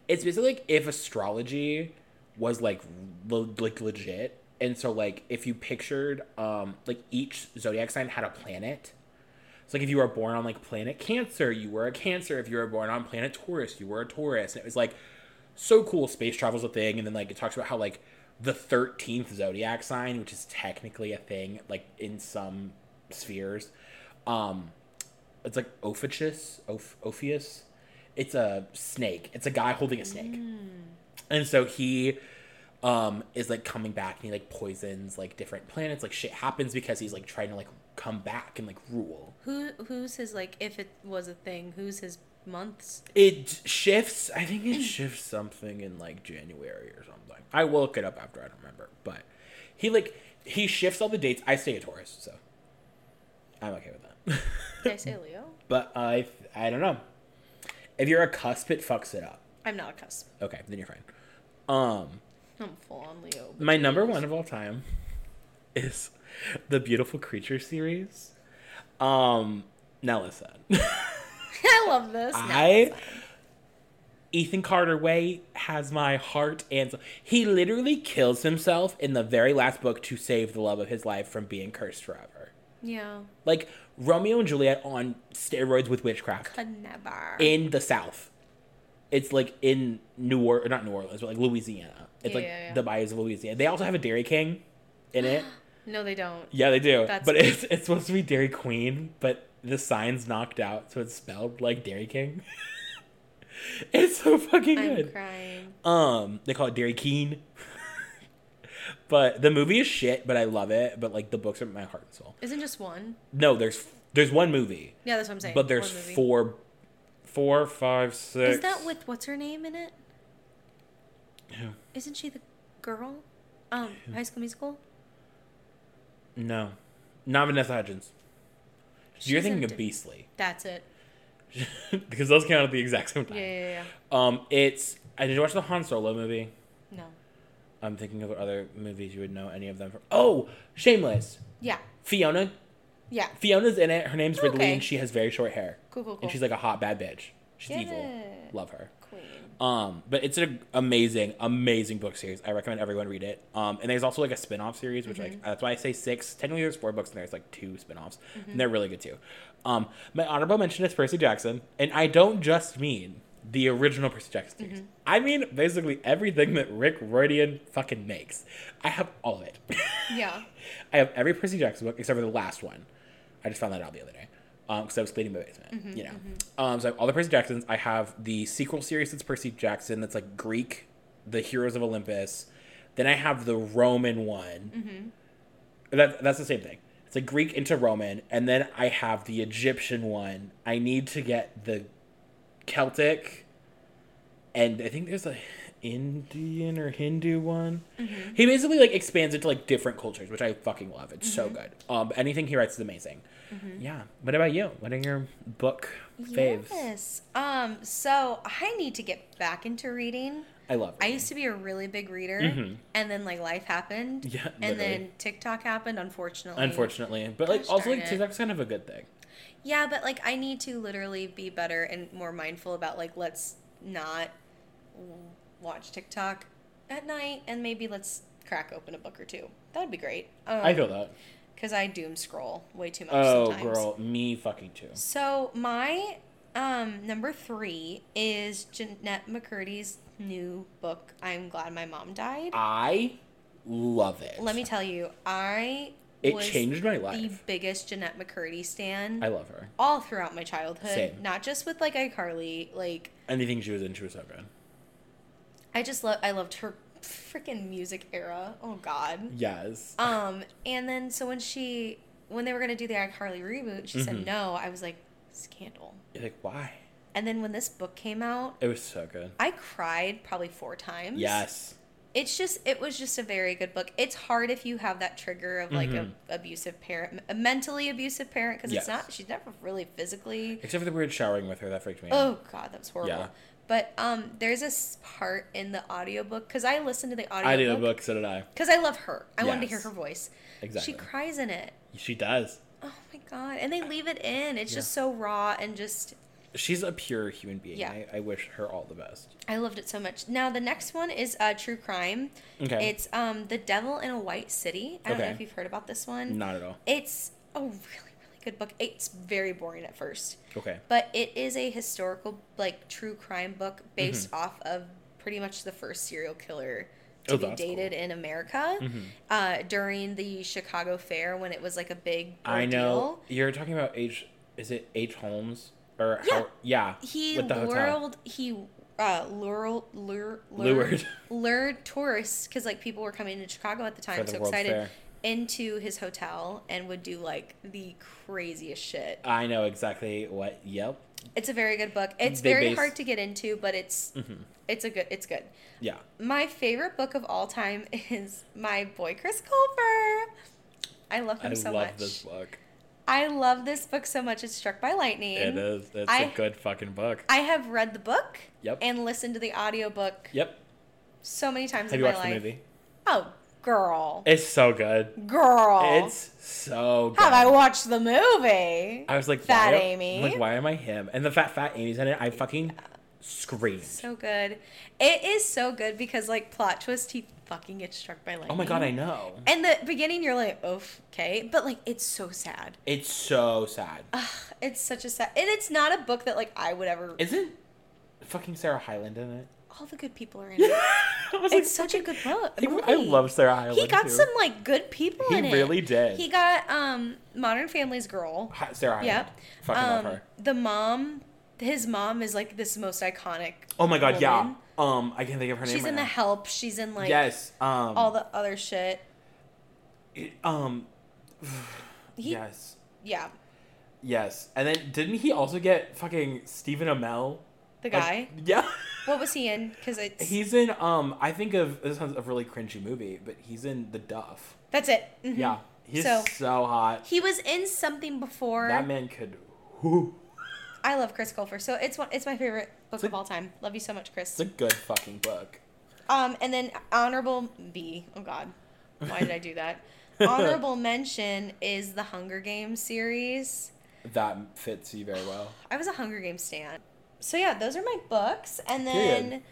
Speaker 2: It's basically like if astrology was like le- like legit, and so like if you pictured um like each zodiac sign had a planet. So like if you were born on like planet Cancer, you were a Cancer. If you were born on planet Taurus, you were a Taurus. And it was like so cool. Space travel's a thing, and then like it talks about how like the thirteenth zodiac sign, which is technically a thing like in some spheres, um, it's like Ophiuchus, Oph- Ophius. It's a snake. It's a guy holding a snake, and so he um is like coming back and he like poisons like different planets. Like shit happens because he's like trying to like come back and like rule.
Speaker 1: Who who's his like if it was a thing? Who's his months?
Speaker 2: It shifts. I think it shifts something in like January or something. I will look it up after. I don't remember, but he like he shifts all the dates. I stay a Taurus, so I'm okay with
Speaker 1: Did
Speaker 2: that.
Speaker 1: I say Leo?
Speaker 2: but I I don't know. If you're a cusp, it fucks it up.
Speaker 1: I'm not a cusp.
Speaker 2: Okay, then you're fine. Um,
Speaker 1: I'm full on Leo.
Speaker 2: my number one of all time is the Beautiful Creature series. Um, now listen.
Speaker 1: I love this. No,
Speaker 2: I Ethan Carter Way has my heart and soul. he literally kills himself in the very last book to save the love of his life from being cursed forever.
Speaker 1: yeah,
Speaker 2: Like Romeo and Juliet on steroids with witchcraft
Speaker 1: could never.
Speaker 2: in the South. It's like in New Orleans, not New Orleans, but like Louisiana. It's
Speaker 1: Yeah,
Speaker 2: like
Speaker 1: yeah, yeah.
Speaker 2: the bayous of Louisiana. They also have a Dairy King in it.
Speaker 1: no, they don't.
Speaker 2: Yeah, they do.
Speaker 1: That's
Speaker 2: but
Speaker 1: cool.
Speaker 2: it's it's supposed to be Dairy Queen, but the sign's knocked out, so it's spelled like Dairy King. it's so fucking
Speaker 1: I'm
Speaker 2: good.
Speaker 1: crying.
Speaker 2: Um, they call it Dairy Keen. but the movie is shit, but I love it. But like the books are my heart and soul.
Speaker 1: Isn't just one?
Speaker 2: No, there's there's one movie,
Speaker 1: Yeah, that's what I'm saying.
Speaker 2: but there's
Speaker 1: One movie.
Speaker 2: four, four, five, six.
Speaker 1: Is that with what's her name in it?
Speaker 2: Who?
Speaker 1: Isn't she the girl? Um, High School Musical.
Speaker 2: No, not Vanessa Hudgens. You're
Speaker 1: She's in
Speaker 2: thinking of
Speaker 1: Dairy-
Speaker 2: Beastly
Speaker 1: That's it.
Speaker 2: because those came out at the exact same time.
Speaker 1: Yeah, yeah,
Speaker 2: Um, it's I did you watch the Han Solo movie.
Speaker 1: yeah. No.
Speaker 2: I'm thinking of other movies you would know any of them from. Oh, Shameless.
Speaker 1: Yeah,
Speaker 2: Fiona.
Speaker 1: yeah.
Speaker 2: Fiona's in it. Her name's Ridley,
Speaker 1: Okay.
Speaker 2: and she has very short hair,
Speaker 1: Cool, cool, cool.
Speaker 2: and she's like a hot bad bitch. She's evil.
Speaker 1: Yeah.
Speaker 2: Love her.
Speaker 1: Queen.
Speaker 2: Um, but it's an amazing, amazing book series. I recommend everyone read it. Um, and there's also like a spin-off series, which like that's why I say six. Technically, there's four books, and there's like two spin-offs, and they're really good too. Um, my honorable mention is Percy Jackson, and I don't just mean the original Percy Jackson series. I mean basically everything that Rick Roydian fucking makes. I have all of it.
Speaker 1: Yeah.
Speaker 2: I have every Percy Jackson book except for the last one. I just found that out the other day. because I was cleaning my basement, you know. Um, so I have all the Percy Jacksons. I have the sequel series that's Percy Jackson, that's like Greek, the Heroes of Olympus. Then I have the Roman one. That, that's the same thing. It's a Greek into Roman, and then I have the Egyptian one. I need to get the Celtic, and I think there's a Indian or Hindu one.
Speaker 1: Mm-hmm.
Speaker 2: He basically like expands it to like different cultures, which I fucking love. It's
Speaker 1: Mm-hmm.
Speaker 2: so good. Um, anything he writes is amazing. Yeah. What about you? What are your book faves?
Speaker 1: Yes. Um, so I need to get back into reading.
Speaker 2: I love.
Speaker 1: I
Speaker 2: reading.
Speaker 1: used to be a really big reader,
Speaker 2: Mhm.
Speaker 1: and then like life happened,
Speaker 2: Yeah, literally.
Speaker 1: and then TikTok happened. Unfortunately,
Speaker 2: Unfortunately, but like
Speaker 1: Gosh
Speaker 2: also
Speaker 1: darn
Speaker 2: like
Speaker 1: it.
Speaker 2: TikTok's kind of a good thing.
Speaker 1: Yeah, but like I need to literally be better and more mindful about like let's not w- watch TikTok at night, and maybe let's crack open a book or two. That would be great. Um,
Speaker 2: I feel that.
Speaker 1: because I doom scroll way too much.
Speaker 2: Oh,
Speaker 1: sometimes.
Speaker 2: girl, me fucking too.
Speaker 1: So my um, number three is Jeanette McCurdy's new book. I'm glad my mom died.
Speaker 2: I love it.
Speaker 1: Let me tell you, I
Speaker 2: It
Speaker 1: was
Speaker 2: changed my
Speaker 1: the
Speaker 2: life.
Speaker 1: biggest Jeanette McCurdy stan
Speaker 2: I love her.
Speaker 1: all throughout my childhood.
Speaker 2: Same.
Speaker 1: Not just with like iCarly. Like
Speaker 2: Anything she was in, she was so good.
Speaker 1: I just love. I loved her freaking music era. Oh God.
Speaker 2: Yes.
Speaker 1: Um, and then so when she when they were gonna do the iCarly reboot, she
Speaker 2: Mhm.
Speaker 1: said no. I was like scandal.
Speaker 2: You're like, why?
Speaker 1: And then when this book came out,
Speaker 2: It was so good.
Speaker 1: I cried probably four times.
Speaker 2: Yes.
Speaker 1: It's just, it was just a very good book. It's hard if you have that trigger of like
Speaker 2: Mhm.
Speaker 1: a abusive parent, a mentally abusive parent, because
Speaker 2: Yes.
Speaker 1: it's not, she's never really physically.
Speaker 2: Except for the weird showering with her, that freaked me out.
Speaker 1: Oh God, that was horrible.
Speaker 2: Yeah.
Speaker 1: But um, there's this part in the audiobook, because I listened to the
Speaker 2: I did a
Speaker 1: audiobook.
Speaker 2: book, so did I.
Speaker 1: Because I love her. I wanted to hear
Speaker 2: Yes.
Speaker 1: her voice.
Speaker 2: Exactly.
Speaker 1: She cries in it.
Speaker 2: She does.
Speaker 1: Oh my God. And they leave it in. It's
Speaker 2: Yeah.
Speaker 1: just so raw and just,
Speaker 2: She's a pure human being.
Speaker 1: Yeah.
Speaker 2: I, I wish her all the best.
Speaker 1: I loved it so much. Now the next one is uh, true crime.
Speaker 2: Okay.
Speaker 1: It's um the Devil in a White City. I don't
Speaker 2: Okay.
Speaker 1: know if you've heard about this one.
Speaker 2: Not at all.
Speaker 1: It's a really really good book. It's very boring at first,
Speaker 2: Okay.
Speaker 1: but it is a historical like true crime book based off of pretty much the first serial killer to
Speaker 2: Mm-hmm. Oh,
Speaker 1: be
Speaker 2: that's Mm-hmm.
Speaker 1: dated in America uh, during the Chicago Fair when it was like a big
Speaker 2: I know.
Speaker 1: ordeal.
Speaker 2: You're talking about H. Is it H. Holmes? Or
Speaker 1: Yeah.
Speaker 2: how? Yeah.
Speaker 1: He lured he uh, lure, lure,
Speaker 2: Lured.
Speaker 1: lured lured tourists because like people were coming to Chicago at the time,
Speaker 2: the
Speaker 1: so
Speaker 2: World's
Speaker 1: excited
Speaker 2: Fair.
Speaker 1: into his hotel and would do like the craziest shit.
Speaker 2: I know exactly what. Yep.
Speaker 1: It's a very good book. It's
Speaker 2: They
Speaker 1: very
Speaker 2: base- Mm-hmm.
Speaker 1: hard to get into, but it's it's a good it's good.
Speaker 2: Yeah.
Speaker 1: My favorite book of all time is my boy Chris Colfer. I love him
Speaker 2: I
Speaker 1: so
Speaker 2: love
Speaker 1: much.
Speaker 2: this book.
Speaker 1: I love this book so much. It's struck by lightning.
Speaker 2: It is. It's a
Speaker 1: I-
Speaker 2: good fucking book.
Speaker 1: I have read the book
Speaker 2: Yep.
Speaker 1: and listened to the audiobook
Speaker 2: Yep.
Speaker 1: so many times
Speaker 2: Have
Speaker 1: in my
Speaker 2: you watched
Speaker 1: life.
Speaker 2: the movie?
Speaker 1: Oh, girl.
Speaker 2: It's so good.
Speaker 1: girl.
Speaker 2: It's so good.
Speaker 1: Have I watched the movie?
Speaker 2: I was like,
Speaker 1: Fat
Speaker 2: why,
Speaker 1: Amy.
Speaker 2: Like, why am I him? And the fat, fat Amy's in it. I fucking screamed.
Speaker 1: so good. It is so good because like plot twist, he fucking gets struck by lightning.
Speaker 2: oh my god, I know.
Speaker 1: And the beginning, you're like, oh, okay, but like it's so sad.
Speaker 2: It's so sad.
Speaker 1: It's such a sad, and it's not a book that like I would ever.
Speaker 2: Isn't fucking Sarah Highland in it?
Speaker 1: all the good people are in it.
Speaker 2: I was
Speaker 1: It's such a good book.
Speaker 2: like, I, I
Speaker 1: movie.
Speaker 2: love Sarah Highland.
Speaker 1: He got
Speaker 2: too.
Speaker 1: some like good people
Speaker 2: He
Speaker 1: in it.
Speaker 2: really did.
Speaker 1: He got um Modern Family's girl.
Speaker 2: Hi- Sarah Highland.
Speaker 1: Yep.
Speaker 2: Fucking
Speaker 1: um,
Speaker 2: love her.
Speaker 1: The mom, his mom is like this most iconic.
Speaker 2: Oh my god, yeah.
Speaker 1: woman.
Speaker 2: Um, I can't think of her name.
Speaker 1: She's
Speaker 2: right
Speaker 1: in the
Speaker 2: now.
Speaker 1: help. She's in like
Speaker 2: yes. Um.
Speaker 1: all the other shit.
Speaker 2: it- um.
Speaker 1: He, yeah.
Speaker 2: yes. Yes. And then didn't he also get fucking Stephen Amell?
Speaker 1: The
Speaker 2: Like,
Speaker 1: guy.
Speaker 2: yeah.
Speaker 1: what was he in? Because it's
Speaker 2: He's in um I think of this sounds a really cringy movie, but he's in The Duff.
Speaker 1: that's it. Mhm.
Speaker 2: Yeah. He's so,
Speaker 1: So-
Speaker 2: hot.
Speaker 1: He was in something before.
Speaker 2: That man could whoo.
Speaker 1: I love Chris Colfer, so it's one. It's my favorite book
Speaker 2: It's a-
Speaker 1: of all time. Love you so much,
Speaker 2: It's
Speaker 1: Chris.
Speaker 2: a good fucking book.
Speaker 1: Um, and then honorable B. Oh God, why did I do that? honorable mention is the Hunger Games series.
Speaker 2: That fits you very well.
Speaker 1: I was a Hunger Games stan. So yeah, those are my books, and then.
Speaker 2: Period.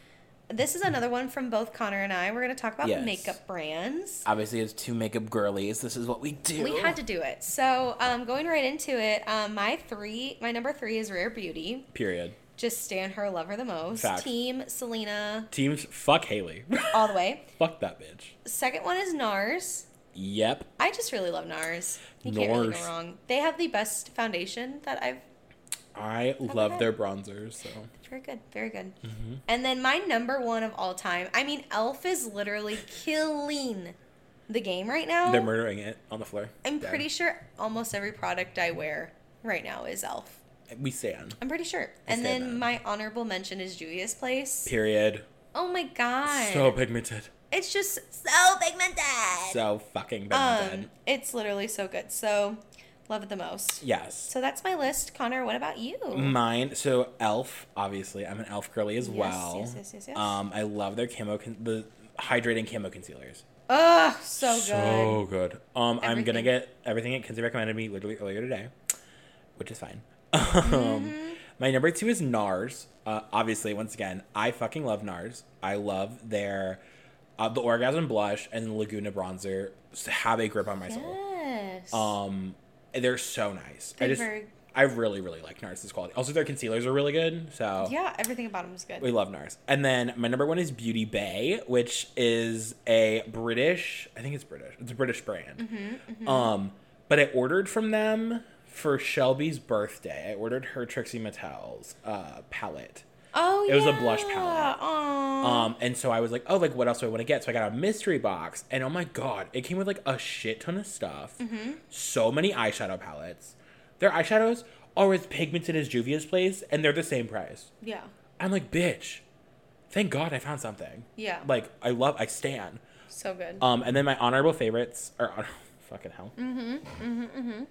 Speaker 1: This is another one from both Connor and I. We're going to talk about
Speaker 2: Yes.
Speaker 1: makeup brands.
Speaker 2: Obviously as two makeup girlies, this is what we do.
Speaker 1: We had to do it. So, um, going right into it, um, my three, my number three is Rare Beauty.
Speaker 2: period.
Speaker 1: Just stand her, love her the most.
Speaker 2: Facts.
Speaker 1: Team Selena,
Speaker 2: Teams fuck Haley.
Speaker 1: all the way.
Speaker 2: fuck that bitch.
Speaker 1: Second one is NARS.
Speaker 2: Yep.
Speaker 1: I just really love NARS. You can't really go
Speaker 2: NARS.
Speaker 1: wrong. They have the best foundation that I've.
Speaker 2: I love their bronzers. So
Speaker 1: Very good, very good.
Speaker 2: Mm-hmm.
Speaker 1: And then my number one of all time. I mean, Elf is literally killing the game right now.
Speaker 2: they're murdering it on the floor.
Speaker 1: Oh. I'm
Speaker 2: Yeah.
Speaker 1: pretty sure almost every product I wear right now is Elf.
Speaker 2: We stand.
Speaker 1: I'm pretty sure. And
Speaker 2: say
Speaker 1: then
Speaker 2: that.
Speaker 1: my honorable mention is Julia's Place.
Speaker 2: Period.
Speaker 1: Oh my god.
Speaker 2: So pigmented.
Speaker 1: it's just so pigmented.
Speaker 2: So fucking pigmented.
Speaker 1: um, it's literally so good. So, love it the most.
Speaker 2: yes.
Speaker 1: So that's my list. Connor, what about you?
Speaker 2: Mine. So elf. Obviously, I'm an elf girly as
Speaker 1: Yes,
Speaker 2: well.
Speaker 1: yes, yes, yes, yes.
Speaker 2: Um, I love their camo. Con- the hydrating camo concealers.
Speaker 1: Oh, so good.
Speaker 2: So good. Um, I'm gonna
Speaker 1: Everything.
Speaker 2: get everything that Kinsey recommended me literally earlier today, which is fine. Um,
Speaker 1: Mm-hmm.
Speaker 2: my number two is NARS. Uh, obviously, once again, I fucking love NARS. I love their uh, the orgasm blush and the Laguna bronzer s- have a grip on my soul.
Speaker 1: yes.
Speaker 2: Um, they're so nice. I
Speaker 1: They're
Speaker 2: just
Speaker 1: very-
Speaker 2: I really really like NARS's quality. Also, their concealers are really good. So
Speaker 1: yeah, everything about him is good.
Speaker 2: we love NARS. And then my number one is Beauty Bay, which is a British, I think it's British. It's a British brand.
Speaker 1: Mm-hmm,
Speaker 2: Um, but I ordered from them for Shelby's birthday. I ordered her Trixie Mattel's uh, palette.
Speaker 1: oh, yeah.
Speaker 2: It was a blush palette.
Speaker 1: Aw.
Speaker 2: Um, and so I was like, oh, like what else do I want to get? So I got a mystery box, and oh my god, it came with like a shit ton of stuff.
Speaker 1: Mm-hmm.
Speaker 2: So many eyeshadow palettes. Their eyeshadows are as pigmented as Juvia's Place, and they're the same price.
Speaker 1: yeah.
Speaker 2: I'm like, bitch, thank God I found something.
Speaker 1: Yeah.
Speaker 2: Like, I love, I stand.
Speaker 1: So good.
Speaker 2: Um, and then my honorable favorites are, honor- fucking hell. Mm-hmm, mm-hmm,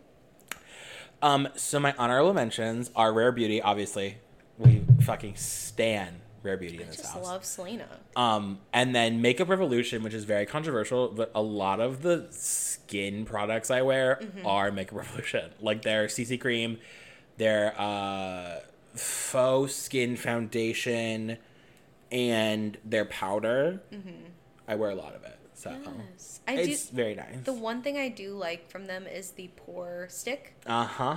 Speaker 2: mm-hmm. Um, so my honorable mentions are Rare Beauty, obviously. We fucking stan Rare Beauty in
Speaker 1: I
Speaker 2: this
Speaker 1: just
Speaker 2: house.
Speaker 1: love Selena.
Speaker 2: Um, and then Makeup Revolution, which is very controversial, but a lot of the skin products I wear
Speaker 1: Mm-hmm.
Speaker 2: are Makeup Revolution. Like their CC cream, their uh, faux skin foundation, and their powder. I wear a lot of it. So
Speaker 1: Yes. Mm-hmm. I do.
Speaker 2: it's very nice.
Speaker 1: The one thing I do like from them is the pour stick,
Speaker 2: Uh huh.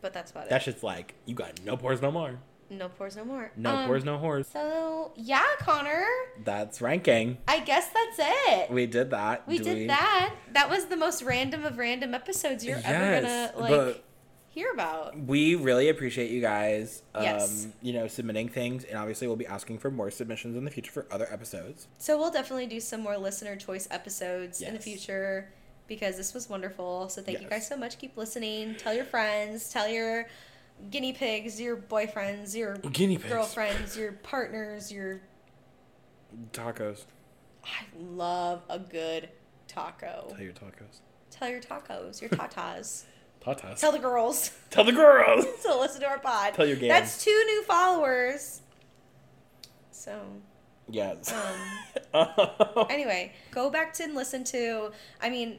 Speaker 1: but that's about
Speaker 2: That
Speaker 1: it.
Speaker 2: shit's like, you got no pores, no more.
Speaker 1: No pours, no more.
Speaker 2: No
Speaker 1: Um,
Speaker 2: pores, no whores.
Speaker 1: So yeah, Connor.
Speaker 2: That's ranking.
Speaker 1: I guess that's it.
Speaker 2: We did that.
Speaker 1: We
Speaker 2: Do
Speaker 1: did that. That was the most random of random episodes you're ever
Speaker 2: Yes,
Speaker 1: gonna like
Speaker 2: but-
Speaker 1: hear about.
Speaker 2: we really appreciate you guys um
Speaker 1: Yes.
Speaker 2: you know submitting things and obviously we'll be asking for more submissions in the future for other episodes
Speaker 1: So we'll definitely do some more listener choice episodes in the
Speaker 2: Yes.
Speaker 1: future because this was wonderful. So thank you
Speaker 2: Yes.
Speaker 1: guys so much. Keep listening. Tell your friends. Tell your guinea pigs, your boyfriends, your
Speaker 2: Guinea pigs.
Speaker 1: girlfriends, your partners, your
Speaker 2: tacos
Speaker 1: I love a good taco.
Speaker 2: tell your tacos
Speaker 1: Tell your tacos, your tatas.
Speaker 2: tatas
Speaker 1: Tell the girls
Speaker 2: tell the girls
Speaker 1: to listen to our pod.
Speaker 2: Tell your gang.
Speaker 1: That's two new followers. So,
Speaker 2: yes
Speaker 1: um,
Speaker 2: Oh.
Speaker 1: anyway, go back to and listen to, I mean,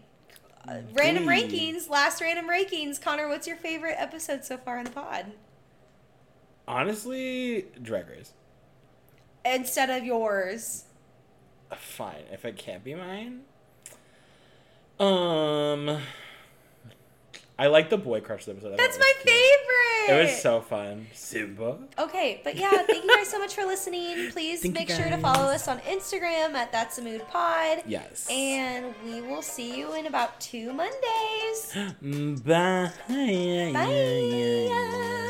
Speaker 1: uh, random rankings, last random rankings. Connor, what's your favorite episode so far in the pod?
Speaker 2: honestly drag race
Speaker 1: Instead of yours.
Speaker 2: Uh, fine if it can't be mine um i like the boy crush episode I
Speaker 1: That's
Speaker 2: thought
Speaker 1: my
Speaker 2: it was cute.
Speaker 1: favorite.
Speaker 2: it was so fun simba
Speaker 1: Okay, but yeah, thank you guys so much for listening. Please
Speaker 2: Thank you
Speaker 1: make sure to
Speaker 2: guys.
Speaker 1: follow us on Instagram at That's a Mood Pod.
Speaker 2: yes
Speaker 1: And we will see you
Speaker 2: Mm,
Speaker 1: in about two Mondays.
Speaker 2: bye
Speaker 1: Bye.